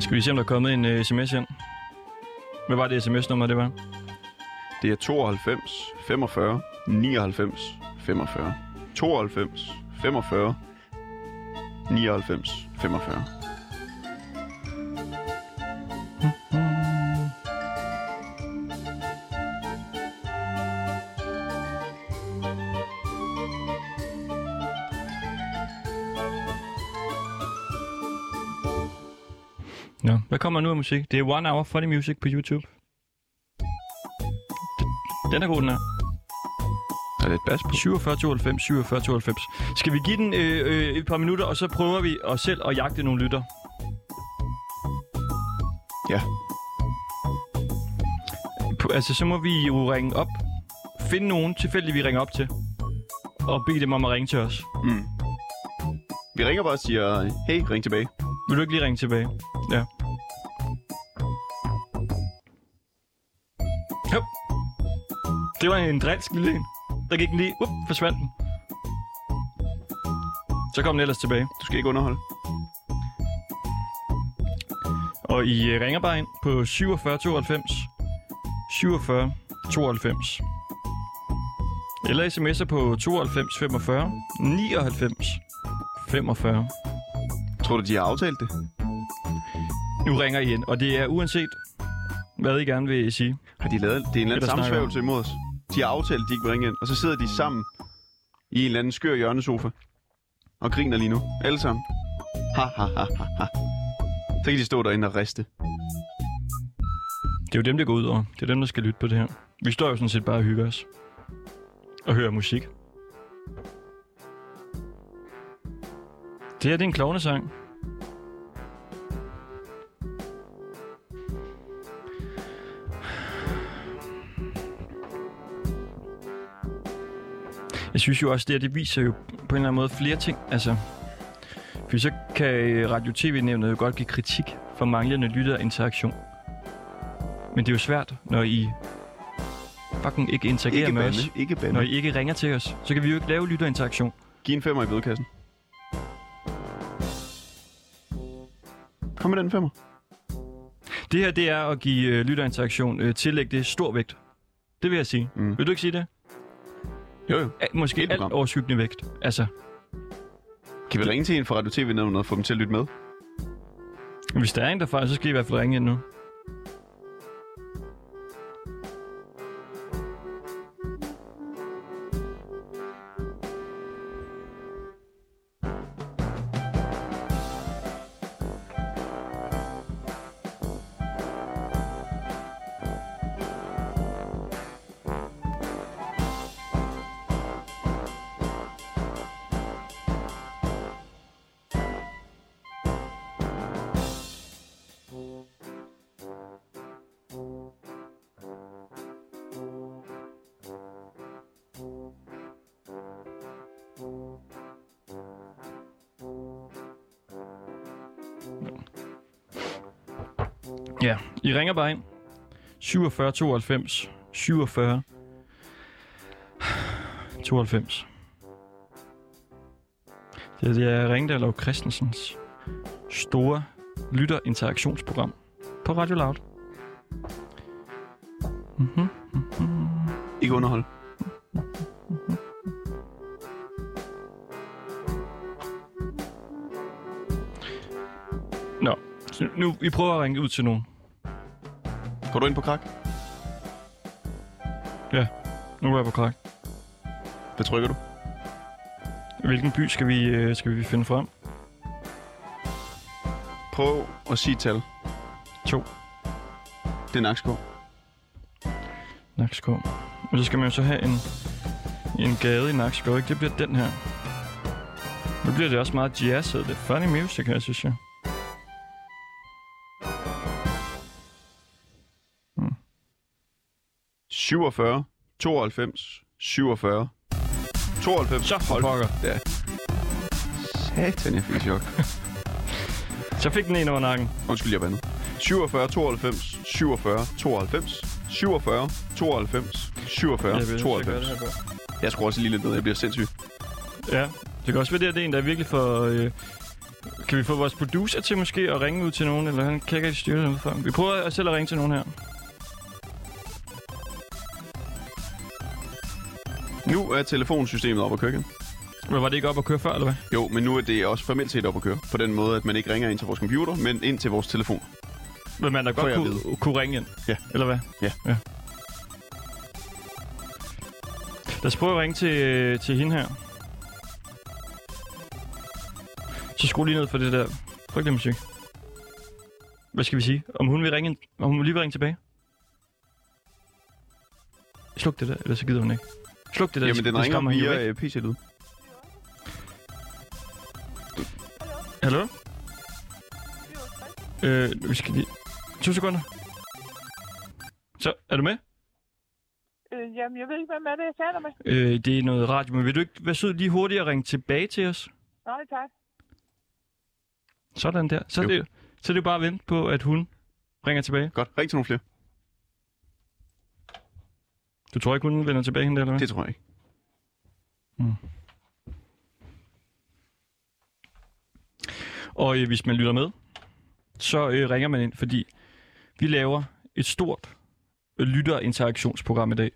[SPEAKER 1] Skal vi se, om der er kommet en uh, sms ind? Hvad var det sms-nummer, det var?
[SPEAKER 2] Det er 92 45 99 45. 92 45 99 45.
[SPEAKER 1] Nå, hvad kommer nu af musik? Det er One Hour Funny Music på YouTube. Den er god, den er.
[SPEAKER 2] Der er lidt bas på.
[SPEAKER 1] 4792, 4792. Skal vi give den øh, øh, et par minutter, og så prøver vi os selv at jagte nogle lytter?
[SPEAKER 2] Ja.
[SPEAKER 1] P- altså, så må vi jo ringe op. Finde nogen tilfældig, vi ringer op til. Og bede dem om at ringe til os.
[SPEAKER 2] Vi ringer bare og siger, hey, ring tilbage.
[SPEAKER 1] Vil du ikke lige ringe tilbage? Ja. Hop. Det var en drilsk lille en. Der gik den lige. Up, forsvandt den. Så kom den ellers tilbage.
[SPEAKER 2] Du skal ikke underholde.
[SPEAKER 1] Og I øh, ringer bare ind på 47 92 47 92. Eller sms'er på 92 45 99 45.
[SPEAKER 2] Tror du, de har aftalt det?
[SPEAKER 1] Nu ringer I ind, og det er uanset, hvad I gerne vil sige.
[SPEAKER 2] Har de lavet, det er en eller
[SPEAKER 1] Det, der snakker
[SPEAKER 2] anden sammensværgelse imod os. De har aftalt, at de ikke vil ringe ind, og så sidder de sammen i en eller anden skør hjørnesofa og griner lige nu. Alle sammen. Ha, ha, ha, ha, ha. Så kan de stå derinde og riste.
[SPEAKER 1] Det er jo dem, der går ud over. Det er dem, der skal lytte på det her. Vi står jo sådan set bare og hygger os. Og hører musik. Det her, det er en klovnesang. Jeg synes jo også, det her, det viser jo på en eller anden måde flere ting. Altså, for så kan øh, Radio-TV-nævnet jo godt give kritik for manglende lytterinteraktion. Men det er jo svært, når I fucking ikke interagerer
[SPEAKER 2] Ikke
[SPEAKER 1] med
[SPEAKER 2] bande,
[SPEAKER 1] os.
[SPEAKER 2] ikke bande.
[SPEAKER 1] Når I ikke ringer til os, så kan vi jo ikke lave lytterinteraktion.
[SPEAKER 2] Giv en femmer i bødekassen. Kom med den femmer.
[SPEAKER 1] Det her, det er at give øh, lytterinteraktion øh, tillæg det stor vægt. Det vil jeg sige.
[SPEAKER 2] Mm.
[SPEAKER 1] Mm. Vil du ikke sige det?
[SPEAKER 2] Jo, jo.
[SPEAKER 1] A- måske
[SPEAKER 2] Helt
[SPEAKER 1] alt
[SPEAKER 2] program.
[SPEAKER 1] overskyggende vægt. Altså,
[SPEAKER 2] Kan vi ringe til en fra Radio TV nævnet og få dem til at lytte med?
[SPEAKER 1] hvis der er en derfra, så skal I i hvert fald ringe ind nu. Ja, I ringer bare ind. 47 92 47 92. Det, her, det er Ringdal og Christensens store lytterinteraktionsprogram på Radio Loud. Mm-hmm.
[SPEAKER 2] Ikke underholde.
[SPEAKER 1] Nå, så nu vi prøver at ringe ud til nogen.
[SPEAKER 2] Går du ind på krak?
[SPEAKER 1] Ja, nu er jeg på krak.
[SPEAKER 2] Hvad trykker du?
[SPEAKER 1] Hvilken by skal vi, øh, skal vi finde frem?
[SPEAKER 2] Prøv at sige et tal.
[SPEAKER 1] To.
[SPEAKER 2] Det er Nakskov.
[SPEAKER 1] Nakskov. Og så skal man jo så have en, en gade i Nakskov, ikke? Det bliver den her. Nu bliver det også meget jazzet. Det er funny music her, synes jeg. Hmm.
[SPEAKER 2] 47, 92, 47, 92.
[SPEAKER 1] Så for pokker.
[SPEAKER 2] Ja. Satan, jeg fik chok.
[SPEAKER 1] Så fik den en over nakken.
[SPEAKER 2] Undskyld, jeg vandet. 47, 92, 47, 92, 47, 92, 47,
[SPEAKER 1] Jeg ved, så gør
[SPEAKER 2] 92.
[SPEAKER 1] det her på.
[SPEAKER 2] Jeg skruer også lige lidt ned, jeg bliver sindssyg.
[SPEAKER 1] Ja, det kan også være, det her, det er en, der virkelig får... Øh, kan vi få vores producer til måske at ringe ud til nogen, eller han kan ikke rigtig styre det fra. Vi prøver at selv at ringe til nogen her.
[SPEAKER 2] Nu er telefonsystemet oppe at køre igen.
[SPEAKER 1] Men var det ikke op at køre før, eller hvad?
[SPEAKER 2] Jo, men nu er det også formelt set oppe at køre. På den måde, at man ikke ringer ind til vores computer, men ind til vores telefon.
[SPEAKER 1] Men man da
[SPEAKER 2] Får
[SPEAKER 1] godt
[SPEAKER 2] jeg at
[SPEAKER 1] kunne, kunne ringe ind.
[SPEAKER 2] Ja.
[SPEAKER 1] Eller hvad?
[SPEAKER 2] Ja.
[SPEAKER 1] ja. Lad os prøve at ringe til, til hende her. Så skru lige ned for det der frygtelige musik. Hvad skal vi sige? Om hun vil ringe, ind- om hun lige vil ringe tilbage? Sluk det der, eller så gider hun ikke. Sluk det der,
[SPEAKER 2] Jamen,
[SPEAKER 1] det
[SPEAKER 2] den ringer
[SPEAKER 1] skræmmer hende jo
[SPEAKER 2] via
[SPEAKER 1] væk.
[SPEAKER 2] øh, PC-lyd.
[SPEAKER 1] Hallo? Øh, vi skal lige... To sekunder. Så, er du med?
[SPEAKER 6] Øh, jamen, jeg ved ikke, hvem er det, jeg taler med.
[SPEAKER 1] Øh, det er noget radio, men vil du ikke være sød lige hurtigt at ringe tilbage til os?
[SPEAKER 6] Nej, tak.
[SPEAKER 1] Sådan der. Så, er
[SPEAKER 2] Jo.
[SPEAKER 1] det, så er det jo bare at vente på, at hun ringer tilbage.
[SPEAKER 2] Godt, ring til nogle flere.
[SPEAKER 1] Du tror ikke, hun vender tilbage hende, der, eller hvad?
[SPEAKER 2] Det tror jeg ikke.
[SPEAKER 1] Og øh, hvis man lytter med, så øh, ringer man ind, fordi vi laver et stort øh, lytterinteraktionsprogram i dag.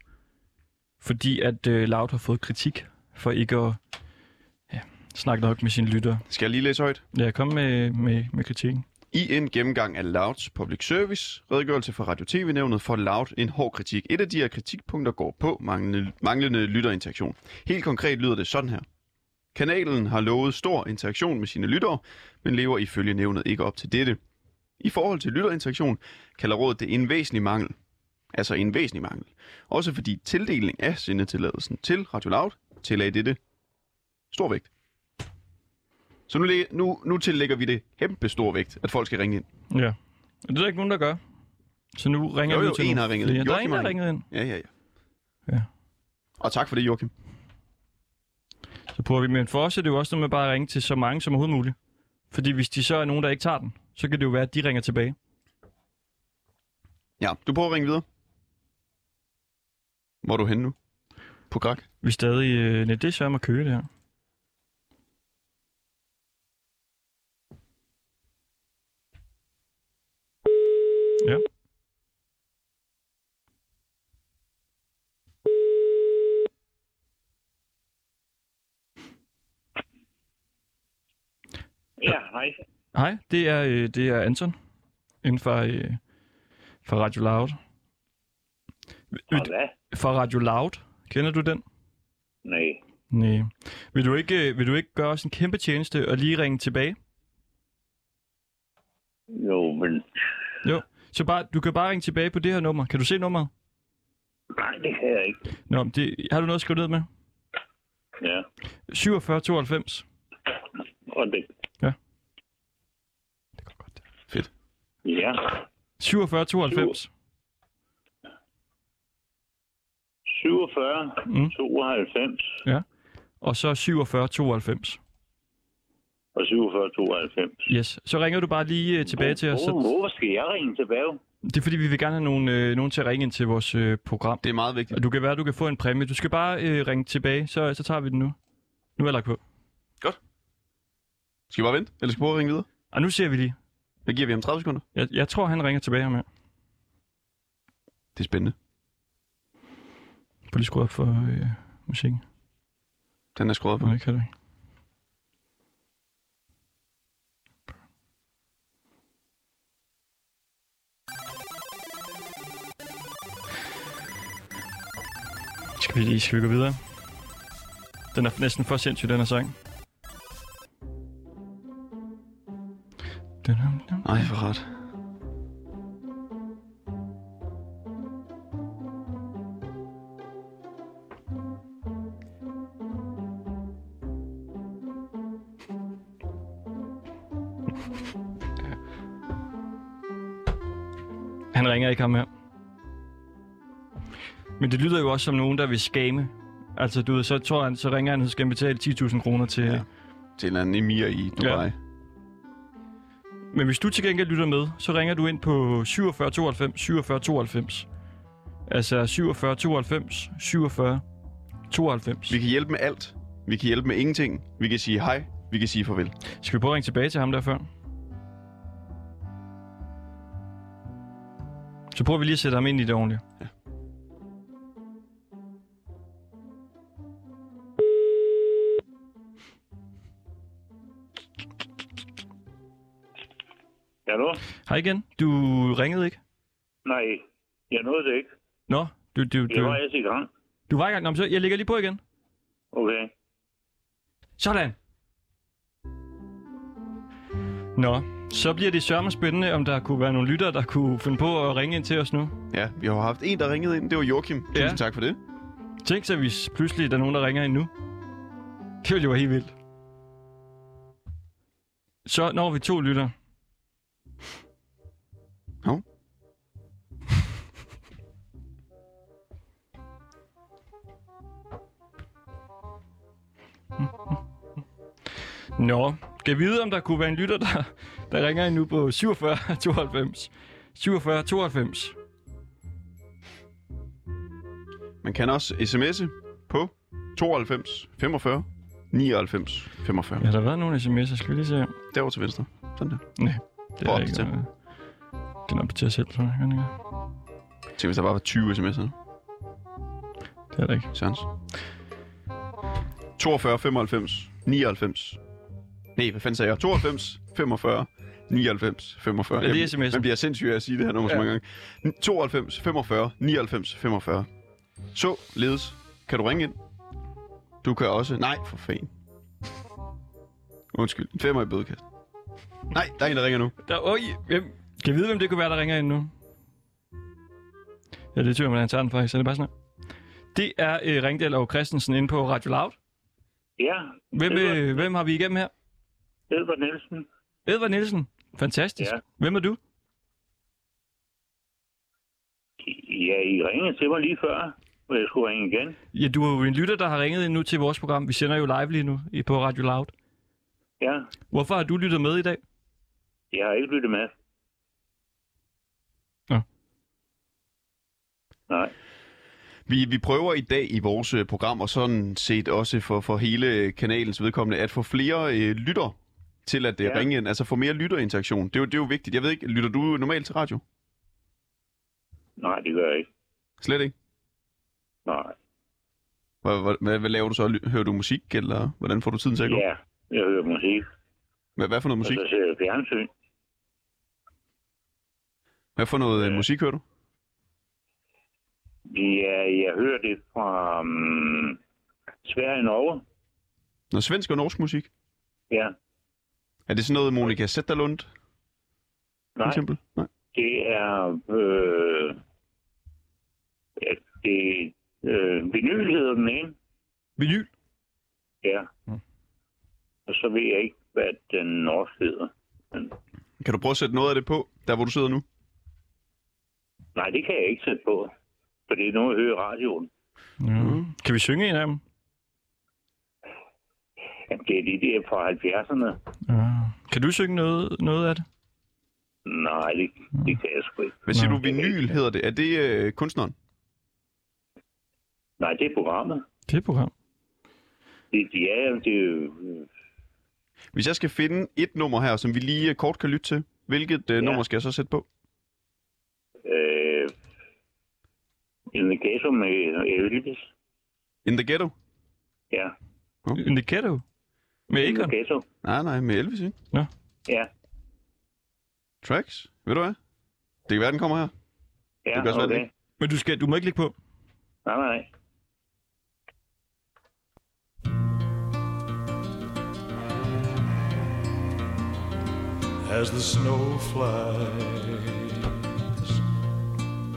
[SPEAKER 1] Fordi at øh, Loud har fået kritik for ikke at ja, snakke nok med sine lyttere.
[SPEAKER 2] Skal jeg lige læse højt?
[SPEAKER 1] Lad jeg komme med, med, med kritikken.
[SPEAKER 2] I en gennemgang af Louds Public Service, redegørelse fra Radio TV-nævnet, får Loud en hård kritik. Et af de her kritikpunkter går på manglende, manglende lytterinteraktion. Helt konkret lyder det sådan her. Kanalen har lovet stor interaktion med sine lyttere, men lever ifølge nævnet ikke op til dette. I forhold til lytterinteraktion kalder rådet det en væsentlig mangel. Altså en væsentlig mangel. Også fordi tildeling af sendetilladelsen til Radio Loud tillagde dette stor vægt. Så nu, læ- nu, nu tillægger vi det kæmpe stor vægt, at folk skal ringe ind.
[SPEAKER 1] Ja. Og det er der ikke nogen, der gør. Så nu ringer
[SPEAKER 2] Jo,
[SPEAKER 1] vi
[SPEAKER 2] jo,
[SPEAKER 1] til
[SPEAKER 2] en
[SPEAKER 1] nogle
[SPEAKER 2] har ringet
[SPEAKER 1] flere.
[SPEAKER 2] ind.
[SPEAKER 1] Der er
[SPEAKER 2] Joachim
[SPEAKER 1] en, der
[SPEAKER 2] har
[SPEAKER 1] har ringet ind.
[SPEAKER 2] Ja, ja, ja.
[SPEAKER 1] Ja.
[SPEAKER 2] Og tak for det, Joachim.
[SPEAKER 1] Så prøver vi, men for os er det jo også noget med bare at ringe til så mange som overhovedet muligt. Fordi hvis de så er nogen, der ikke tager den, så kan det jo være, at de ringer tilbage.
[SPEAKER 2] Ja, du prøver at ringe videre. Hvor er du henne nu? På Grak?
[SPEAKER 1] Vi er stadig... Øh, nej, det er sørme at køge, det her. Ja.
[SPEAKER 6] Ja, hej.
[SPEAKER 1] Hej, det er, øh, det er Anton inden for, øh, for Radio Loud.
[SPEAKER 6] Og hvad?
[SPEAKER 1] For Radio Loud, kender du den?
[SPEAKER 6] Nej.
[SPEAKER 1] Nej. Vil du ikke, øh, vil du ikke gøre os en kæmpe tjeneste og lige ringe tilbage?
[SPEAKER 6] Jo, men...
[SPEAKER 1] Jo. Så bare, du kan bare ringe tilbage på det her nummer. Kan du se nummeret?
[SPEAKER 6] Nej, det kan jeg ikke.
[SPEAKER 1] Nå, men det, har du noget at skrive ned med?
[SPEAKER 6] Ja,
[SPEAKER 1] 4792.
[SPEAKER 6] og det...
[SPEAKER 1] Det går godt.
[SPEAKER 2] Fedt.
[SPEAKER 6] Ja,
[SPEAKER 1] 4792.
[SPEAKER 6] 47,
[SPEAKER 1] Mm.
[SPEAKER 6] mm. 92
[SPEAKER 1] Og så 4792.
[SPEAKER 6] og 47, 92.
[SPEAKER 1] Yes. Så ringer du bare lige øh, tilbage til os.
[SPEAKER 6] Hvor,
[SPEAKER 1] Så,
[SPEAKER 6] hvorfor skal jeg ringe tilbage?
[SPEAKER 1] det er fordi, vi vil gerne have nogen, øh, nogen til at ringe ind til vores øh, program.
[SPEAKER 2] Det er meget vigtigt.
[SPEAKER 1] Og du kan være, du kan få en præmie. Du skal bare øh, ringe tilbage, så, så tager vi den nu. Nu er jeg lagt på.
[SPEAKER 2] Skal vi bare vente, eller skal vi prøve at ringe videre?
[SPEAKER 1] Og nu ser vi lige.
[SPEAKER 2] Hvad giver vi ham 30 sekunder?
[SPEAKER 1] Jeg, jeg tror, han ringer tilbage her med.
[SPEAKER 2] Det er spændende.
[SPEAKER 1] Prøv lige at skrue op for øh, musikken.
[SPEAKER 2] Den er skruet op.
[SPEAKER 1] Nej, det kan du ikke. Skal vi lige skal vi gå videre? Den er næsten for sindssyg, den her sang.
[SPEAKER 2] Nej, for ret.
[SPEAKER 1] Han ringer ikke ham her. Men det lyder jo også som nogen, der vil skame. Altså, du ved, så tror han, så ringer han, og så skal han betale 10.000 kroner til...
[SPEAKER 2] Ja.
[SPEAKER 1] Ja.
[SPEAKER 2] Til en eller anden emir i Dubai. Ja.
[SPEAKER 1] Men hvis du til gengæld lytter med, så ringer du ind på 47 92 47 92. Altså 47 92 47 92.
[SPEAKER 2] Vi kan hjælpe med alt. Vi kan hjælpe med ingenting. Vi kan sige hej. Vi kan sige farvel.
[SPEAKER 1] Skal vi prøve at ringe tilbage til ham der før? Så prøver vi lige at sætte ham ind i det ordentligt.
[SPEAKER 7] Hallo?
[SPEAKER 1] Hej igen. Du ringede ikke?
[SPEAKER 7] Nej, jeg nåede det ikke.
[SPEAKER 1] Nå, du, du,
[SPEAKER 7] Jeg var
[SPEAKER 1] du,
[SPEAKER 7] altså i gang.
[SPEAKER 1] du var i gang. Nå, men så jeg lægger lige på igen.
[SPEAKER 7] Okay.
[SPEAKER 1] Sådan. Nå, så bliver det sørme spændende, om der kunne være nogle lyttere, der kunne finde på at ringe ind til os nu.
[SPEAKER 2] Ja, vi har jo haft en, der ringede ind. Det var Joachim. Tusind
[SPEAKER 1] Ja.
[SPEAKER 2] tak for det.
[SPEAKER 1] Tænk så, hvis pludselig der er nogen, der ringer ind nu. Det ville jo være helt vildt. Så når vi to lytter.
[SPEAKER 2] Hov.
[SPEAKER 1] Nå, skal vide, om der kunne være en lytter, der, der ringer ind nu på 47 92. 47 92.
[SPEAKER 2] Man kan også sms'e på 92 45 99 45.
[SPEAKER 1] Ja,
[SPEAKER 2] Ja.
[SPEAKER 1] der har været nogle sms'er, skal vi lige se. her.
[SPEAKER 2] Derovre til venstre. Sådan der.
[SPEAKER 1] Det
[SPEAKER 2] Prøv
[SPEAKER 1] er
[SPEAKER 2] at
[SPEAKER 1] ikke
[SPEAKER 2] opdatere.
[SPEAKER 1] noget. Den opdaterer selv, tror jeg. Gør den ikke?
[SPEAKER 2] Tænk, hvis der bare var 20 sms'er.
[SPEAKER 1] Det er der ikke.
[SPEAKER 2] Sørens. 42 95 99. Nej, hvad fanden sagde jeg? 92 45 99 45.
[SPEAKER 1] Ja, det er
[SPEAKER 2] Jeg-
[SPEAKER 1] sms'en.
[SPEAKER 2] Man bliver sindssyg af at sige det her nummer ja. så mange gange. 92 45 99 45. Så ledes. Kan du ringe ind? Du kan også... Nej, for fanden. Undskyld. En femmer i bødekast. Nej, der er en, der ringer nu.
[SPEAKER 1] Der, øj, hvem? Kan jeg vide, hvem det kunne være, der ringer ind nu? Ja, det er tydeligt, han tager den faktisk. Er det bare sådan her? Det er øh, Ringdal og Christensen inde på Radio Loud.
[SPEAKER 7] Ja,
[SPEAKER 1] Hvem,
[SPEAKER 7] Edvard.
[SPEAKER 1] øh, hvem har vi igennem her?
[SPEAKER 7] Edvard Nielsen.
[SPEAKER 1] Edvard Nielsen. Fantastisk.
[SPEAKER 7] Ja.
[SPEAKER 1] Hvem er du?
[SPEAKER 7] Ja, I ringede til mig lige før, hvor jeg skulle ringe igen.
[SPEAKER 1] Ja, du er jo en lytter, der har ringet ind nu til vores program. Vi sender jo live lige nu i- på Radio Loud.
[SPEAKER 7] Ja,
[SPEAKER 1] Hvorfor har du lyttet med i dag?
[SPEAKER 7] jeg har ikke lyttet med.
[SPEAKER 1] Nå.
[SPEAKER 7] Nej,
[SPEAKER 2] Vi, vi prøver i dag i vores øh, program, og sådan set også for, for hele kanalens vedkommende, at få flere øh, lytter til at øh,
[SPEAKER 7] Ja.
[SPEAKER 2] ringe ind. Altså få mere lytterinteraktion. Det er, jo, det er jo vigtigt. Jeg ved ikke, lytter du normalt til radio?
[SPEAKER 7] nej, det gør jeg ikke.
[SPEAKER 2] Slet ikke?
[SPEAKER 7] Nej.
[SPEAKER 2] Hvad, hvad, hvad, hvad laver du så? Ly- Hører du musik, eller hvordan får du tiden til at gå?
[SPEAKER 7] Ja, jeg hører musik,
[SPEAKER 2] Hvad, hvad for noget musik?
[SPEAKER 7] og så ser jeg fjernsyn.
[SPEAKER 2] Hvad for noget øh, musik hører du?
[SPEAKER 7] Ja, jeg hører det fra um, Sverige og Norge.
[SPEAKER 2] Noget svensk og norsk musik?
[SPEAKER 7] Ja,
[SPEAKER 2] Er det sådan noget Monika Zetterlund, for
[SPEAKER 7] nej,
[SPEAKER 2] eksempel? Nej.
[SPEAKER 7] det er... Øh, ja, det, øh, vinyl hedder den ene.
[SPEAKER 1] Vinyl.
[SPEAKER 7] Ja. Og så ved jeg ikke, hvad den norske hedder. Men,
[SPEAKER 2] Kan du prøve at sætte noget af det på, der hvor du sidder nu?
[SPEAKER 7] nej, det kan jeg ikke sætte på. For det er nu, jeg hører radioen.
[SPEAKER 1] Mm. Kan vi synge en af dem?
[SPEAKER 7] Jamen, det er de der fra 70'erne.
[SPEAKER 1] Ja. Kan du synge noget, noget af det?
[SPEAKER 7] Nej, det, det kan jeg sgu ikke.
[SPEAKER 2] Hvad siger
[SPEAKER 1] Nej.
[SPEAKER 2] du? Vinyl hedder det. Er det øh, kunstneren?
[SPEAKER 7] Nej, det er programmet.
[SPEAKER 1] Det er et program.
[SPEAKER 7] Det, ja, jamen, det er jo... øh,
[SPEAKER 2] Hvis jeg skal finde et nummer her, som vi lige øh, kort kan lytte til, hvilket øh, ja.
[SPEAKER 7] Ja.
[SPEAKER 2] nummer skal jeg så sætte på?
[SPEAKER 7] Øh, in the ghetto med Elvis.
[SPEAKER 2] In the Ghetto?
[SPEAKER 7] Ja,
[SPEAKER 1] In the ghetto. Med
[SPEAKER 7] in the
[SPEAKER 1] Akon.
[SPEAKER 7] ghetto.
[SPEAKER 2] Nej, nej, med Elvis, ikke?
[SPEAKER 7] Ja,
[SPEAKER 2] Tracks? Ved du hvad? Det kan være, den kommer her.
[SPEAKER 7] ja,
[SPEAKER 2] Det kan også være,
[SPEAKER 7] okay.
[SPEAKER 2] det
[SPEAKER 1] Men du, skal, du må ikke ligge på.
[SPEAKER 7] Nej, nej.
[SPEAKER 8] as the snow flies.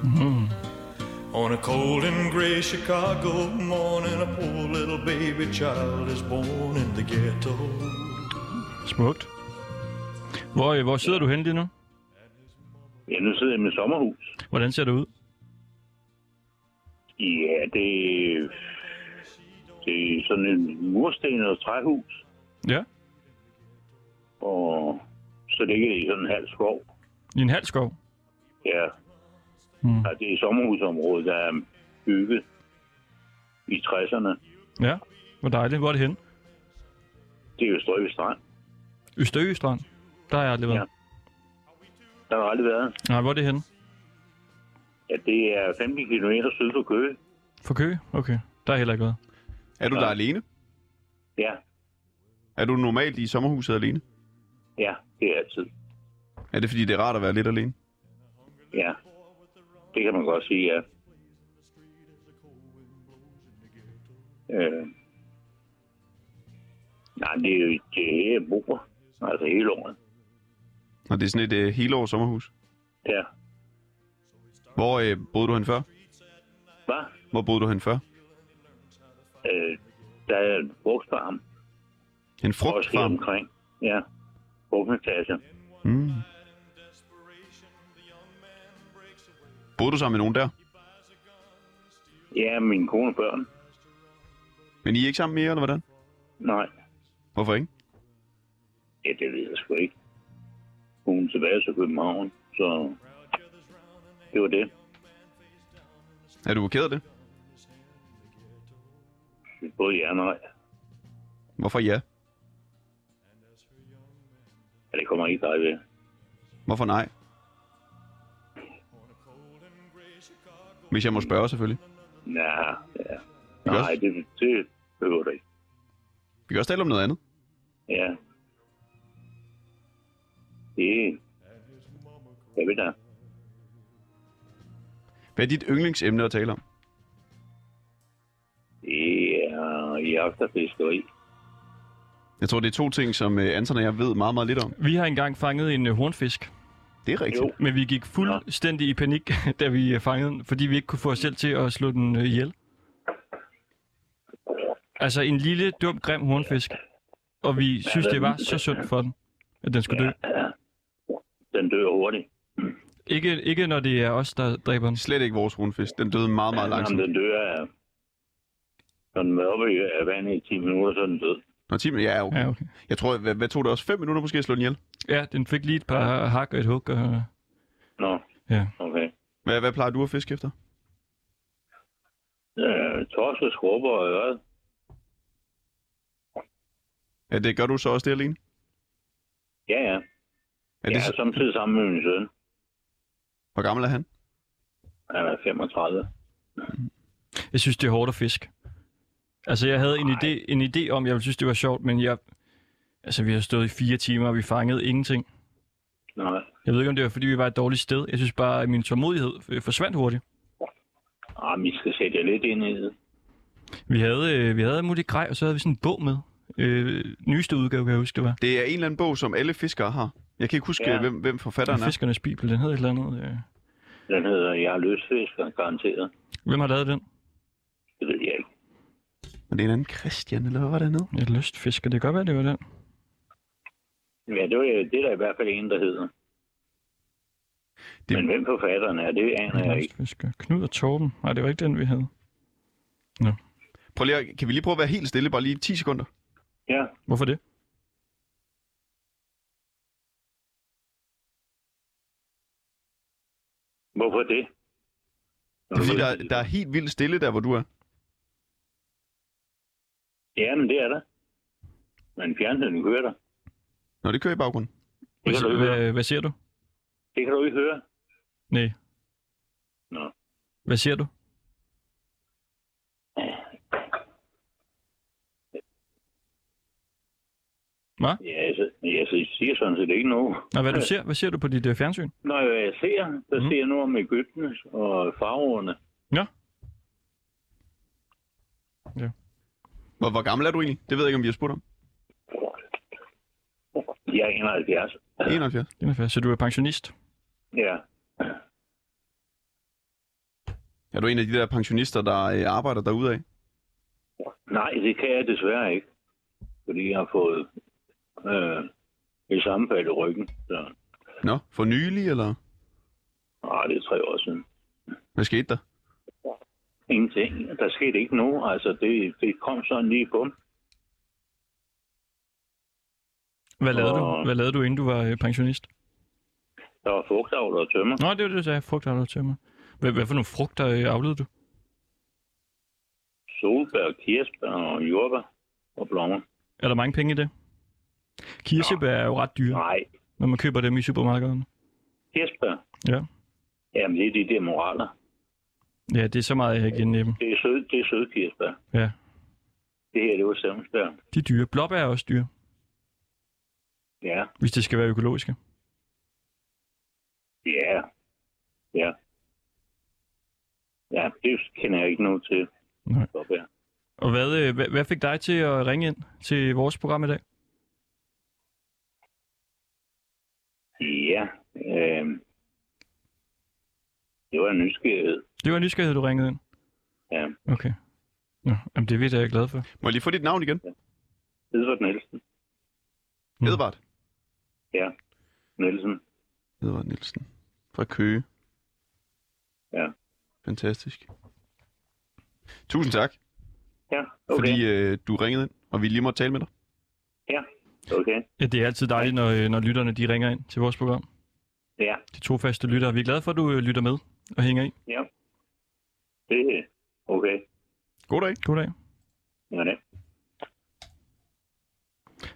[SPEAKER 8] Mm-hmm. On a cold and gray Chicago morning, a poor little baby child is born in the ghetto.
[SPEAKER 1] Smukt. Hvor, øh, hvor sidder du henne lige nu?
[SPEAKER 7] Ja, nu sidder jeg med sommerhus.
[SPEAKER 1] Hvordan ser det ud?
[SPEAKER 7] Ja, det, det er sådan en mursten og træhus,
[SPEAKER 1] Ja,
[SPEAKER 7] og så ligger det i sådan en halv skov.
[SPEAKER 1] i en halv skov.
[SPEAKER 7] Ja.
[SPEAKER 1] Mm.
[SPEAKER 7] ja det er sommerhusområdet, der er bygget i 60'erne.
[SPEAKER 1] Ja, hvor dejligt. Hvor er det henne?
[SPEAKER 7] Det er jo Strøbe Strand.
[SPEAKER 1] Østerø Strand. Der har jeg aldrig været. Ja.
[SPEAKER 7] Ja. Der har jeg aldrig været.
[SPEAKER 1] Nej, hvor er det henne?
[SPEAKER 7] Ja, det er 15 km syd for Køge.
[SPEAKER 1] For Køge? Okay. Der er heller ikke været.
[SPEAKER 2] Er du der alene?
[SPEAKER 7] Ja,
[SPEAKER 2] Er du normalt i sommerhuset alene?
[SPEAKER 7] ja, det er altid.
[SPEAKER 2] Er det fordi, det er rart at være lidt alene?
[SPEAKER 7] Ja, det kan man godt sige, ja. Øh. Nej, det er jo det er her, jeg bor. Altså hele året.
[SPEAKER 2] Og det er sådan et øh, helårs sommerhus.
[SPEAKER 7] Ja.
[SPEAKER 2] Hvor øh, boede du hen før?
[SPEAKER 7] Hvad?
[SPEAKER 2] Hvor boede du hen før?
[SPEAKER 7] Øh, der er en frugtfarm.
[SPEAKER 2] En
[SPEAKER 7] Også her
[SPEAKER 2] frugtfarm.
[SPEAKER 7] omkring. Ja. Frugtplantager.
[SPEAKER 2] Mm. Boede du sammen med nogen der?
[SPEAKER 7] Ja, min kone og børn.
[SPEAKER 2] Men I er ikke sammen mere, eller hvordan?
[SPEAKER 7] Nej,
[SPEAKER 2] Hvorfor ikke?
[SPEAKER 7] ja, det ved jeg sgu ikke. Hun er tilbage til København, så det var det.
[SPEAKER 2] Er du ked af det?
[SPEAKER 7] Både ja og nej.
[SPEAKER 2] Hvorfor ja?
[SPEAKER 7] Ja, det kommer ikke dig ved.
[SPEAKER 2] Hvorfor nej? Hvis jeg må spørge, selvfølgelig.
[SPEAKER 7] Ja, ja.
[SPEAKER 2] Ikke
[SPEAKER 7] Nej,
[SPEAKER 2] også?
[SPEAKER 7] det, det behøver du ikke.
[SPEAKER 2] Vi kan også tale om noget andet.
[SPEAKER 7] Ja. Det jeg ved da.
[SPEAKER 2] Hvad er dit yndlingsemne at tale om?
[SPEAKER 7] Det er jagterfiskeri.
[SPEAKER 2] Jeg tror, det er to ting, som øh, Anton og jeg ved meget, meget lidt om.
[SPEAKER 1] Vi har engang fanget en øh, hornfisk,
[SPEAKER 2] Det er rigtigt.
[SPEAKER 7] Jo.
[SPEAKER 1] men vi gik fuldstændig i panik, da vi øh, fangede den, fordi vi ikke kunne få os selv til at slå den øh, ihjel. Altså en lille, dum, grim hornfisk. Og vi synes, det var så synd for den, at den skulle dø.
[SPEAKER 7] Den dør hurtigt.
[SPEAKER 1] Ikke, ikke når det er os, der dræber den.
[SPEAKER 2] Slet ikke vores hornfisk. Den døde meget, meget langsomt.
[SPEAKER 7] Jamen, den dør af... Når den var oppe i af vandet i 10 minutter, så er den død.
[SPEAKER 2] Nå, 10 minutter. Ja, okay.
[SPEAKER 1] Ja, okay.
[SPEAKER 2] Jeg tror, hvad, hvad tog det også? 5 minutter måske at slå den ihjel?
[SPEAKER 1] ja, den fik lige et par hak og et hug. Og...
[SPEAKER 7] Nå,
[SPEAKER 1] Ja.
[SPEAKER 7] okay.
[SPEAKER 2] Hvad, hvad plejer du at fiske efter?
[SPEAKER 7] Øh, torsk og skrubber og øret.
[SPEAKER 2] Ja, det gør du så også det alene?
[SPEAKER 7] Ja, ja.
[SPEAKER 2] Er
[SPEAKER 7] Jeg
[SPEAKER 2] det,
[SPEAKER 7] er
[SPEAKER 2] så-
[SPEAKER 7] samtidig sammen med min søn.
[SPEAKER 2] hvor gammel er han?
[SPEAKER 7] Han er 35.
[SPEAKER 1] Jeg synes, det er hårdt at fiske. Altså, jeg havde en idé, en idé om, jeg ville synes, det var sjovt, men jeg... Altså, vi har stået i fire timer, og vi fangede ingenting.
[SPEAKER 7] Nej,
[SPEAKER 1] Jeg ved ikke, om det var, fordi vi var et dårligt sted. Jeg synes bare, at min tålmodighed øh, forsvandt hurtigt.
[SPEAKER 7] Arh, ah, vi skal sætte jer lidt ind i det.
[SPEAKER 1] Vi havde, øh, vi havde mulig grej, og så havde vi sådan en bog med. Øh, nyeste udgave, kan jeg huske, det var.
[SPEAKER 2] Det er en eller anden bog, som alle fiskere har. Jeg kan ikke huske, ja.
[SPEAKER 7] Ja.
[SPEAKER 2] hvem, hvem forfatteren er.
[SPEAKER 1] Fiskernes Bibel, den hed et eller andet. Øh.
[SPEAKER 7] Den hedder Jeg er løsfisker, garanteret.
[SPEAKER 1] Hvem har lavet den?
[SPEAKER 7] Det ved jeg ikke.
[SPEAKER 2] Men det er en anden Christian, eller hvad var det nede?
[SPEAKER 1] Et lystfisker, det kan godt være, det var den.
[SPEAKER 7] Ja, det, var, øh, det er der i hvert fald en, der hedder.
[SPEAKER 2] Det-
[SPEAKER 7] Det... Men hvem forfatteren er, det aner jeg ikke.
[SPEAKER 1] Lystfisker. Knud og Torben. Nej, det var ikke den, vi havde.
[SPEAKER 2] Prøv lige, at- kan vi lige prøve at være helt stille, bare lige 10 sekunder?
[SPEAKER 7] Ja,
[SPEAKER 1] Hvorfor det?
[SPEAKER 7] hvorfor det?
[SPEAKER 2] Det er fordi, der, der er helt vildt stille der, hvor du er.
[SPEAKER 7] Ja, men det er der. Men fjernsynet kører der.
[SPEAKER 2] Nå, det kører i baggrunden.
[SPEAKER 7] Det kan du ikke høre.
[SPEAKER 1] Hvad, hvad ser du?
[SPEAKER 7] Det kan du ikke høre.
[SPEAKER 1] Nej.
[SPEAKER 7] Nå.
[SPEAKER 1] Hvad ser du?
[SPEAKER 7] Ja, jeg, jeg, jeg siger sådan set ikke noget.
[SPEAKER 1] Nå, hvad du ser? Hvad ser du på dit øh, fjernsyn?
[SPEAKER 7] Når jeg ser, der
[SPEAKER 1] Mhm.
[SPEAKER 7] ser jeg noget om Ægypten og farverne.
[SPEAKER 2] Hvor, hvor gammel er du egentlig? Det ved jeg ikke, om vi har spurgt om.
[SPEAKER 7] Jeg er 71.
[SPEAKER 2] 71.
[SPEAKER 1] Det er fair. Så du er pensionist?
[SPEAKER 7] Ja,
[SPEAKER 2] Er du en af de der pensionister, der øh, arbejder derude af?
[SPEAKER 7] Nej, det kan jeg desværre ikke. Fordi jeg har fået øh, et sammenfald i ryggen. Så,
[SPEAKER 2] Nå, for nylig, eller?
[SPEAKER 7] ah, det er tre år siden.
[SPEAKER 2] Hvad skete der?
[SPEAKER 7] Ingenting. Der skete ikke noget. Altså, det, det kom sådan lige på.
[SPEAKER 1] Hvad lavede du?
[SPEAKER 7] Åh.
[SPEAKER 1] Hvad lavede du, inden du var øh, pensionist?
[SPEAKER 7] Der var fugtavler og tømmer.
[SPEAKER 1] Nå, det var det, du sagde. Frugter afleder til mig. Hvad, hvad for nogle frugter øh, afledte du?
[SPEAKER 7] Solbær, kirsebær og jordbær og blommer.
[SPEAKER 1] Er der mange penge i det? Kirsebær er jo ret dyre,
[SPEAKER 7] Nej,
[SPEAKER 1] når man køber dem i supermarkederne.
[SPEAKER 7] kirsebær.
[SPEAKER 1] Ja.
[SPEAKER 7] Jamen, det er de der moraler.
[SPEAKER 1] Ja, det er så meget, jeg har ikke indnemme.
[SPEAKER 7] Det er sød, det er sød kirsebær.
[SPEAKER 1] Ja,
[SPEAKER 7] Det her, det var stemmelsbær.
[SPEAKER 1] de er dyre. Blåbær er også dyre,
[SPEAKER 7] Ja,
[SPEAKER 1] hvis det skal være økologiske.
[SPEAKER 7] ja, ja. Ja, det kender jeg ikke noget til.
[SPEAKER 1] Nej.
[SPEAKER 7] Blåbær.
[SPEAKER 1] Og hvad, øh, hvad, hvad fik dig til at ringe ind til vores program i dag?
[SPEAKER 7] Ja, øh, det var en nysgerrighed.
[SPEAKER 1] Det var en nysgerrighed, du ringede ind.
[SPEAKER 7] Ja.
[SPEAKER 1] Okay. Nå, jamen det ved jeg, jeg er glad for.
[SPEAKER 2] Må jeg lige få dit navn igen?
[SPEAKER 7] Edvard Nielsen.
[SPEAKER 1] Mm.
[SPEAKER 2] Mm. Edvard.
[SPEAKER 7] Ja, Nielsen.
[SPEAKER 2] Edvard Nielsen. Fra Køge.
[SPEAKER 7] Ja.
[SPEAKER 2] Fantastisk. Tusind tak,
[SPEAKER 7] Ja, okay.
[SPEAKER 2] okay. fordi øh, du ringede ind, og vi lige måtte tale med dig.
[SPEAKER 7] Ja, okay.
[SPEAKER 1] Ja, det er altid dejligt, når, øh, når lytterne de ringer ind til vores program.
[SPEAKER 7] Ja,
[SPEAKER 1] De trofaste lyttere. Vi er glade for, at du øh, lytter med og hænger i.
[SPEAKER 7] ja. Det er okay.
[SPEAKER 2] God dag.
[SPEAKER 1] God dag.
[SPEAKER 7] Ja, det.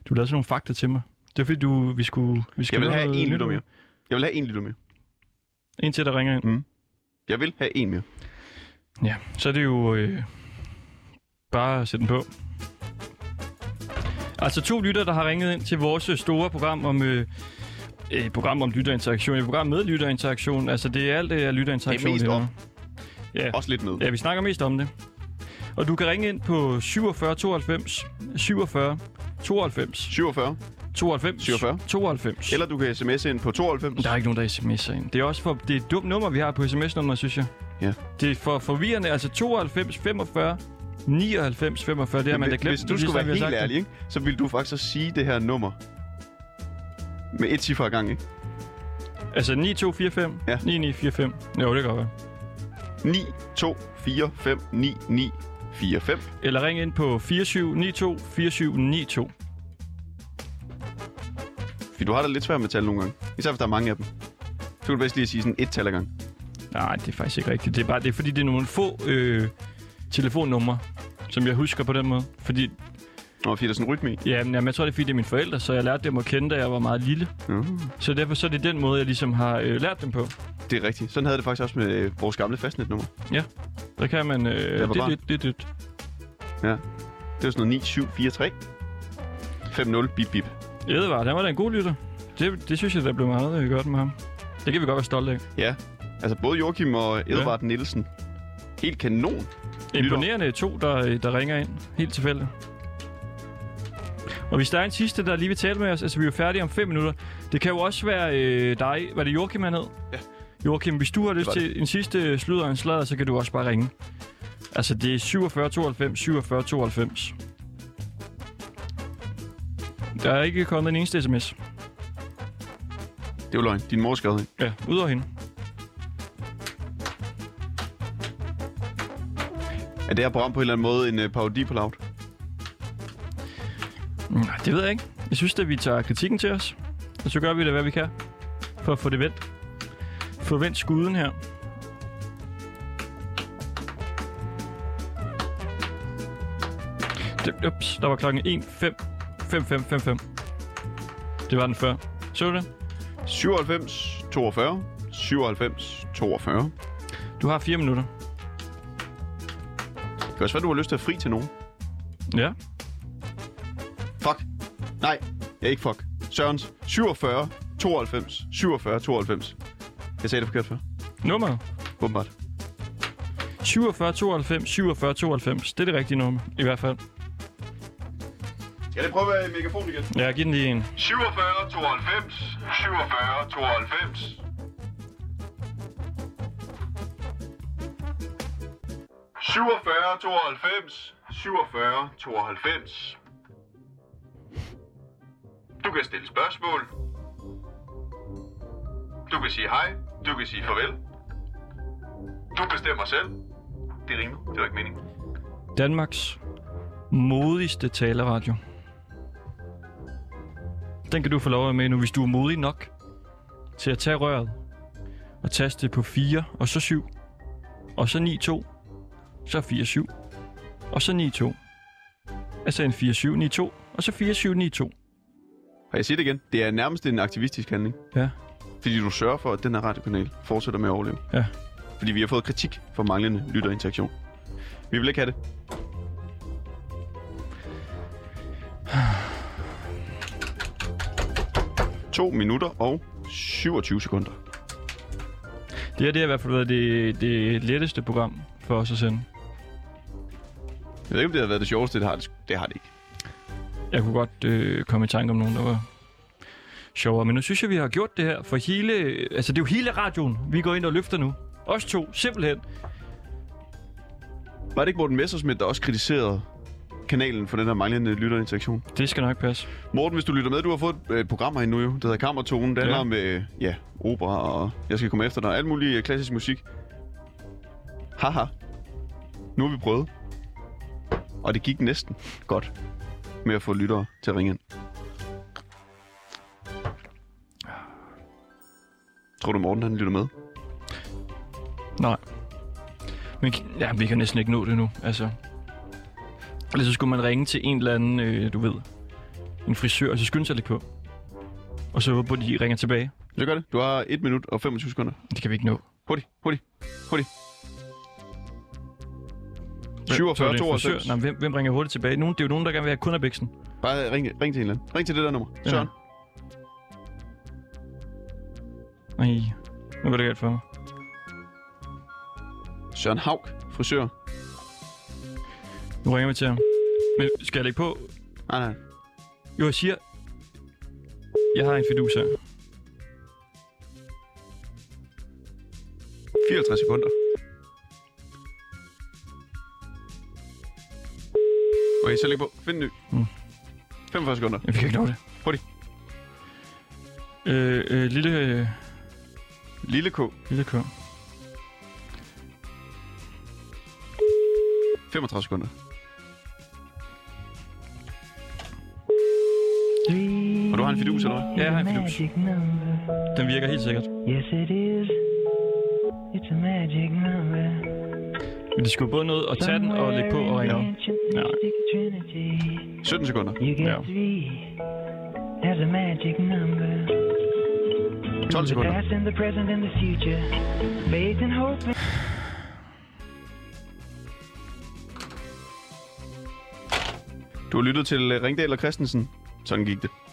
[SPEAKER 1] Du lavede sådan nogle fakta til mig. Det er fordi, du, vi skulle... Vi
[SPEAKER 2] Jeg
[SPEAKER 1] skulle
[SPEAKER 2] vil
[SPEAKER 1] lave
[SPEAKER 2] have
[SPEAKER 1] noget
[SPEAKER 2] en
[SPEAKER 1] nyt.
[SPEAKER 2] lytter mere. Jeg vil have en lytter mere.
[SPEAKER 1] En til, der ringer ind.
[SPEAKER 2] Jeg vil have en mere.
[SPEAKER 1] Ja, så er det jo øh, bare at sætte den på. Altså to lytter, der har ringet ind til vores øh, store program om... Øh, øh, program om lytterinteraktion. Et program med lytterinteraktion. Altså, det er alt det er lytterinteraktion.
[SPEAKER 2] Det er mest
[SPEAKER 1] her. Ja.
[SPEAKER 2] Også lidt med.
[SPEAKER 1] Ja, vi snakker mest om det. Og du kan ringe ind på 47 92 47 92
[SPEAKER 2] 47.
[SPEAKER 1] 92
[SPEAKER 2] 47.
[SPEAKER 1] 92.
[SPEAKER 2] Eller du kan sms'e ind på 92.
[SPEAKER 1] Der er ikke nogen, der sms'er ind. Det er også for, det er et dumt nummer, vi har på sms-nummeret, synes jeg.
[SPEAKER 2] Ja.
[SPEAKER 1] Det er for forvirrende. Altså 92 45 99 45. Det har man da
[SPEAKER 2] hvis,
[SPEAKER 1] glemt.
[SPEAKER 2] hvis du
[SPEAKER 1] lige
[SPEAKER 2] skulle
[SPEAKER 1] snart, vi
[SPEAKER 2] være
[SPEAKER 1] har
[SPEAKER 2] helt
[SPEAKER 1] sagt
[SPEAKER 2] ærlig, ikke? så ville du faktisk også sige det her nummer. Med et cifre ad gang, ikke?
[SPEAKER 1] det. Altså 9245
[SPEAKER 2] Ja.
[SPEAKER 1] 9945. Jo, det kan godt være.
[SPEAKER 2] 9, 2, 4, 5, 9, 9, 4, 5.
[SPEAKER 1] Eller ring ind på 4792 4792.
[SPEAKER 2] Fordi du har det lidt svært med tal nogle gange. Især hvis der er mange af dem. Så kan du bedst lige sige sådan et tal ad gang.
[SPEAKER 1] Nej, det er faktisk ikke rigtigt. Det er bare det er, fordi, det er nogle få øh, telefonnumre, som jeg husker på den måde. Fordi,
[SPEAKER 2] Nå, fordi der er sådan en rytme i.
[SPEAKER 1] ja, men, jamen, jeg tror, det er fordi, det er mine forældre, så jeg lærte dem at kende, da jeg var meget lille.
[SPEAKER 2] Uh,
[SPEAKER 1] Så derfor så er det den måde, jeg ligesom har øh, lært dem på.
[SPEAKER 2] det er rigtigt. Sådan havde det faktisk også med øh, vores gamle fastnetnummer.
[SPEAKER 1] Der kan man... Øh,
[SPEAKER 2] var
[SPEAKER 1] det,
[SPEAKER 2] barn.
[SPEAKER 1] det, det, det.
[SPEAKER 2] Det var sådan noget 9, 7, 4, 3. 5, 0, bip, bip.
[SPEAKER 1] Edvard, han var da en god lytter. Det, det synes jeg, der blev meget øh, godt med ham. Det kan vi godt være stolte af.
[SPEAKER 2] Ja, altså både Joachim og Edvard ja. Nielsen. Helt kanon. Lytter.
[SPEAKER 1] Imponerende to, der, øh, der ringer ind. Helt tilfældigt. Og hvis der er en sidste, der lige vil tale med os, altså vi er jo færdige om 5 minutter. Det kan jo også være øh, dig. Var det Joachim, han hed?
[SPEAKER 2] Ja.
[SPEAKER 1] Joachim, hvis du har lyst
[SPEAKER 2] var det.
[SPEAKER 1] til en sidste sludder og en sladder, så kan du også bare ringe. Altså det er 47 92 47 92. Der er ikke kommet en eneste sms.
[SPEAKER 2] Det var løgn. Din mor skrev det.
[SPEAKER 1] Ja, ud over hende.
[SPEAKER 2] Er det her program på en eller anden måde en øh, parodi på Loud?
[SPEAKER 1] Mm, Det ved jeg ikke. Jeg synes, at vi tager kritikken til os, og så gør vi da, hvad vi kan for at få det vendt. Få vendt skuden her. Det, ups, der var klokken 1. 5. 5, 5, 5, 5. Det var den før. Så du det?
[SPEAKER 2] 97, 42. 97, 42.
[SPEAKER 1] Du har 4 minutter.
[SPEAKER 2] Det kan også være, du har lyst til at fri til nogen.
[SPEAKER 1] Ja.
[SPEAKER 2] Fuck. Nej, jeg er ikke fuck. Sørens. 47, 92, 47, 92. Jeg sagde det forkert før.
[SPEAKER 1] Nummer
[SPEAKER 2] Åbenbart.
[SPEAKER 1] 47 92 47 92. Det er det rigtige nummer, i hvert fald.
[SPEAKER 2] Skal det prøve at megafon igen?
[SPEAKER 1] Jeg giver den lige en.
[SPEAKER 3] 47 92 47 92 47 92 47 92 Du kan stille spørgsmål. Du kan sige hej. Du kan sige farvel. Du bestemmer selv. Det er rimeligt. Det var ikke meningen.
[SPEAKER 1] Danmarks modigste taleradio. Den kan du få lov at være med i nu, hvis du er modig nok til at tage røret og taste på 4, og så 7, og så 9, 2, så 4, 7, og så 9, 2. Altså en 4, 7, 9, 2, og så 4, 7, 9, 2.
[SPEAKER 2] Og jeg siger det igen. Det er nærmest en aktivistisk handling.
[SPEAKER 1] Ja.
[SPEAKER 2] Fordi du sørger for, at den her radiokanal fortsætter med at overleve.
[SPEAKER 1] Ja.
[SPEAKER 2] Fordi vi har fået kritik for manglende lytterinteraktion. Vi vil ikke have det. To minutter og 27 sekunder.
[SPEAKER 1] Det her det har i hvert fald været det, det letteste program for os at sende.
[SPEAKER 2] Jeg ved ikke, om det har været det sjoveste. Det har det, det, har det ikke.
[SPEAKER 1] Jeg kunne godt øh, komme i tanke om nogen, der var sjovere. Men nu synes jeg, vi har gjort det her for hele... Altså, det er jo hele radioen, vi går ind og løfter nu. Os to, simpelthen.
[SPEAKER 2] Var det ikke Morten Messersmith, der også kritiserede kanalen for den her manglende lytterinteraktion?
[SPEAKER 1] Det skal nok passe.
[SPEAKER 2] Morten, hvis du lytter med, du har fået et øh, program herinde nu jo, der hedder Kammertonen. Det handler
[SPEAKER 1] Ja.
[SPEAKER 2] ja. om, øh, ja, opera og jeg skal komme efter dig. og Alt muligt øh, klassisk musik. Haha. Nu har vi prøvet. Og det gik næsten godt med at få lyttere til at ringe ind. Tror du, Morten han lytter med?
[SPEAKER 1] Nej. Men ja, vi kan næsten ikke nå det nu, altså. Eller så skulle man ringe til en eller anden, øh, du ved, en frisør, og så skynde sig lidt på. Og så håbe på, at de ringer tilbage.
[SPEAKER 2] Så gør det. Du har 1 minut og 25 sekunder.
[SPEAKER 1] Det kan vi ikke nå.
[SPEAKER 2] Hurtigt, hurtigt, hurtigt.
[SPEAKER 1] Så er
[SPEAKER 2] 47,
[SPEAKER 1] det en frisør?
[SPEAKER 2] 92.
[SPEAKER 1] Nej, men hvem, hvem ringer hurtigt tilbage? Nogen, det er jo nogen, der gerne vil have kunderbæksen.
[SPEAKER 2] Bare ring, ring til en eller anden. Ring til det der nummer.
[SPEAKER 1] Ja.
[SPEAKER 2] Søren.
[SPEAKER 1] Nej, nu går det galt for mig.
[SPEAKER 2] Søren Haug, frisør.
[SPEAKER 1] Nu ringer vi til ham. Men skal jeg lægge på?
[SPEAKER 2] Nej, nej.
[SPEAKER 1] Jo, jeg siger... Jeg har en fidus her.
[SPEAKER 2] 54 sekunder. Okay, så læg på. Find en ny.
[SPEAKER 1] Mm.
[SPEAKER 2] 45 sekunder.
[SPEAKER 1] Ja, vi kan ikke nå det.
[SPEAKER 2] Hurtigt.
[SPEAKER 1] Øh, øh, lille, øh,
[SPEAKER 2] Lille K,
[SPEAKER 1] lille kø.
[SPEAKER 2] 35 sekunder. Og du har en fidus, eller
[SPEAKER 1] Ja,
[SPEAKER 2] hvad?
[SPEAKER 1] jeg har en fidus. Den virker helt sikkert.
[SPEAKER 9] Yes, it is. It's a magic number.
[SPEAKER 1] Men det skulle både noget at tage den og lægge på og ringe op. Ja.
[SPEAKER 2] 17 sekunder.
[SPEAKER 1] Ja.
[SPEAKER 9] Has a magic number.
[SPEAKER 2] 12
[SPEAKER 9] The
[SPEAKER 2] sekunder.
[SPEAKER 9] past and the present and the future. Faith and hope.
[SPEAKER 2] Du har lyttet til øh, Ringdal og Christensen. Sådan gik det.